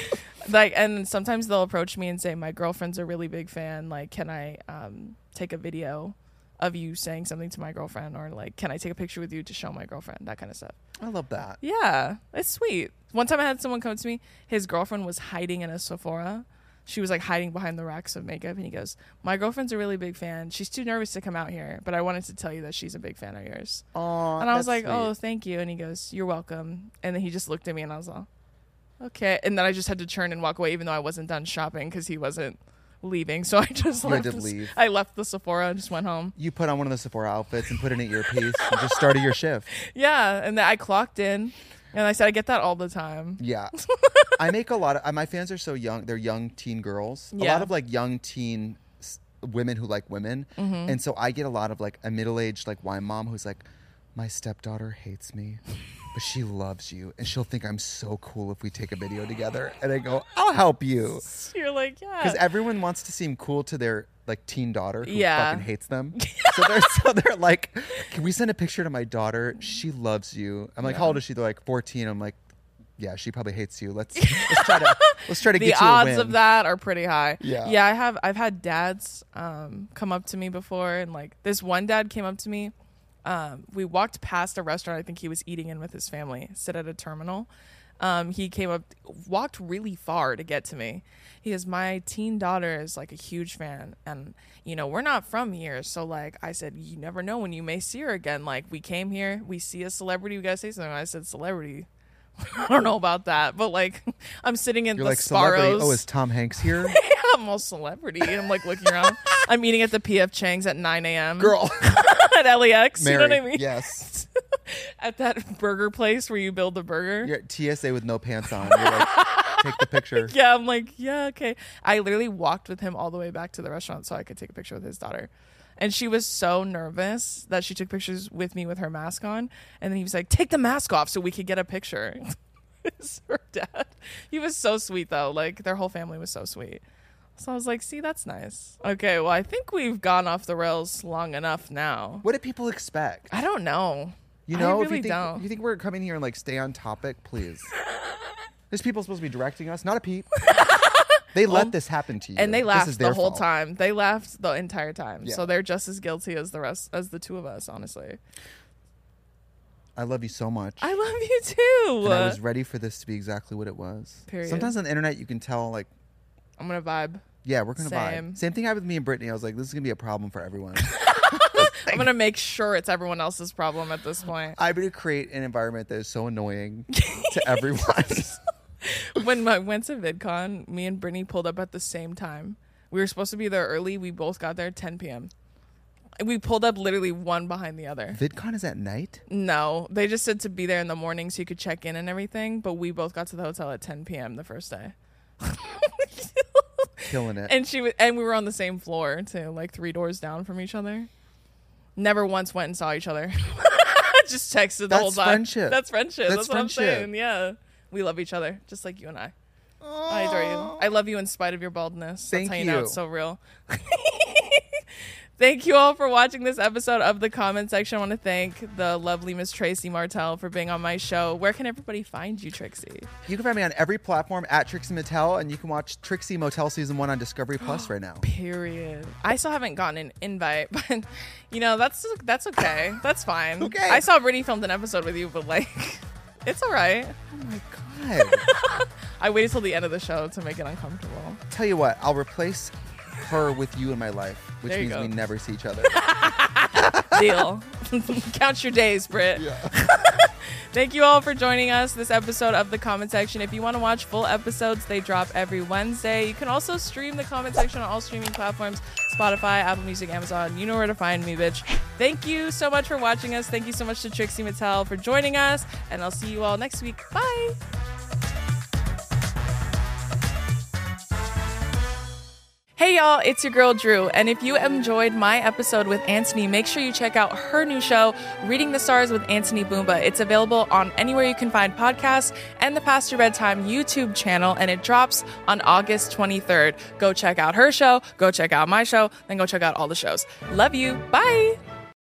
A: like, and sometimes they'll approach me and say, my girlfriend's a really big fan. Like, can I um, take a video of you saying something to my girlfriend? Or like, can I take a picture with you to show my girlfriend? That kind of stuff.
B: I love that.
A: Yeah, it's sweet. One time I had someone come to me, his girlfriend was hiding in a Sephora. She was like hiding behind the racks of makeup, and he goes, My girlfriend's a really big fan. She's too nervous to come out here, but I wanted to tell you that she's a big fan of yours.
B: Aw,
A: and I was
B: that's
A: like, Oh,
B: sweet.
A: thank you. And he goes, You're welcome. And then he just looked at me, and I was like, Okay. And then I just had to turn and walk away, even though I wasn't done shopping because he wasn't leaving. So I just
B: You had
A: left.
B: to
A: the-
B: leave.
A: I left the Sephora and just went home.
B: you put on one of the Sephora outfits and put in an earpiece and just started your shift.
A: Yeah. And then I clocked in, and I said, I get that all the time.
B: Yeah. I make a lot of, uh, my fans are so young. They're young teen girls. A
A: Yeah.
B: lot of like young teen s- women who like women. And so I get a lot of like a middle aged, like wine mom who's like, my stepdaughter hates me, but she loves you. And she'll think I'm so cool if we take a video together. And I go, I'll help you.
A: You're like, Yeah.
B: Because everyone wants to seem cool to their like teen daughter who
A: Yeah.
B: fucking hates them. so they're so they're like, Can we send a picture to my daughter? She loves you. I'm like, How old is she? They're like fourteen. I'm like, Yeah, she probably hates you. Let's let's try to let's try to
A: the
B: get you a
A: odds
B: win.
A: of that are pretty high.
B: Yeah.
A: Yeah, I have I've had dads um come up to me before and like this one dad came up to me. Um we walked past a restaurant I think he was eating in with his family, sit at a terminal. Um he came up walked really far to get to me. He goes, My teen daughter is like a huge fan and you know, we're not from here, so like I said, you never know when you may see her again. Like we came here, we see a celebrity, we gotta say something. I said, Celebrity. I don't know about that, but like I'm sitting in
B: You're
A: the
B: like
A: Sparrows.
B: celebrity. Oh, is Tom Hanks here?
A: I'm all celebrity. I'm like looking around. I'm eating at the PF Chang's at 9 a.m.
B: Girl.
A: at LAX.
B: Mary.
A: You know what I mean?
B: Yes.
A: At that burger place where you build the burger.
B: You're at TSA with no pants on. You're like, take the picture.
A: Yeah, I'm like, yeah, okay. I literally walked with him all the way back to the restaurant so I could take a picture with his daughter. And she was so nervous that she took pictures with me with her mask on. And then he was like, take the mask off so we could get a picture. It's her dad. He was so sweet, though. Like, their whole family was so sweet. So I was like, see, that's nice. Okay, well, I think we've gone off the rails long enough now.
B: What do people expect?
A: I don't know.
B: You know,
A: I
B: if you
A: really
B: think
A: don't.
B: you think we're coming here and like stay on topic, please. There's people supposed to be directing us, not a peep. they let this happen to you,
A: Oh. and they
B: This is
A: laughed the
B: their
A: whole
B: fault.
A: time. They laughed the entire time.
B: Yeah.
A: So they're just as guilty as the rest as the two of us, honestly.
B: I love you so much.
A: I love you too.
B: and I was ready for this to be exactly what it was.
A: Period.
B: Sometimes on the internet, you can tell like,
A: I'm gonna vibe.
B: yeah, we're gonna
A: Same.
B: vibe. Same thing happened with me and Brittany. I was like, this is gonna be a problem for everyone.
A: I'm gonna make sure it's everyone else's problem at this point.
B: I'm gonna create an environment that is so annoying to everyone.
A: when I went to VidCon, me and Brittany pulled up at the same time. We were supposed to be there early. We both got there 10 p.m. We pulled up literally one behind the other.
B: VidCon is at night.
A: No, they just said to be there in the morning so you could check in and everything. But we both got to the hotel at 10 p.m. the first day.
B: Killing it.
A: and she was, and we were on the same floor too, like three doors down from each other. Never once went and saw each other. just texted the
B: That's
A: whole time.
B: friendship.
A: That's friendship.
B: That's
A: That's, what I'm
B: friendship.
A: saying. Yeah, we love each other just like you and I. I adore you. I love you in spite of your baldness.
B: Thank
A: That's how you, know
B: you.
A: it's so real. Thank you all for watching this episode of the comment section. I want to thank the lovely Miss Tracy Martell for being on my show. Where can everybody find you, Trixie?
B: You can find me on every platform at Trixie Motel, and you can watch Trixie Motel season one on Discovery Plus right now.
A: Period. I still haven't gotten an invite, but you know that's that's okay. That's fine.
B: Okay.
A: I saw Brittany filmed an episode with you, but like, it's all right.
B: Oh my god.
A: I waited till the end of the show to make it uncomfortable.
B: Tell you what, I'll replace her with you in my life, which
A: There you
B: means
A: go.
B: we never see each other.
A: Deal. Count your days, Britt. Thank you all for joining us this episode of the comment section. If you want to watch full episodes, they drop every Wednesday. You can also stream the comment section on all streaming platforms Spotify, Apple Music, Amazon. You know where to find me, bitch. Thank you so much for watching us. Thank you so much to Trixie Mattel for joining us. And I'll see you all next week. Bye. Hey, Hey y'all, it's your girl Drew, and if you enjoyed my episode with Anthony, make sure you check out her new show, Reading the Stars with Anthony Boomba. It's available on anywhere you can find podcasts and the Past Your Bedtime YouTube channel, and it drops on August 23rd. Go check out her show, go check out my show, then go check out all the shows. Love you. Bye.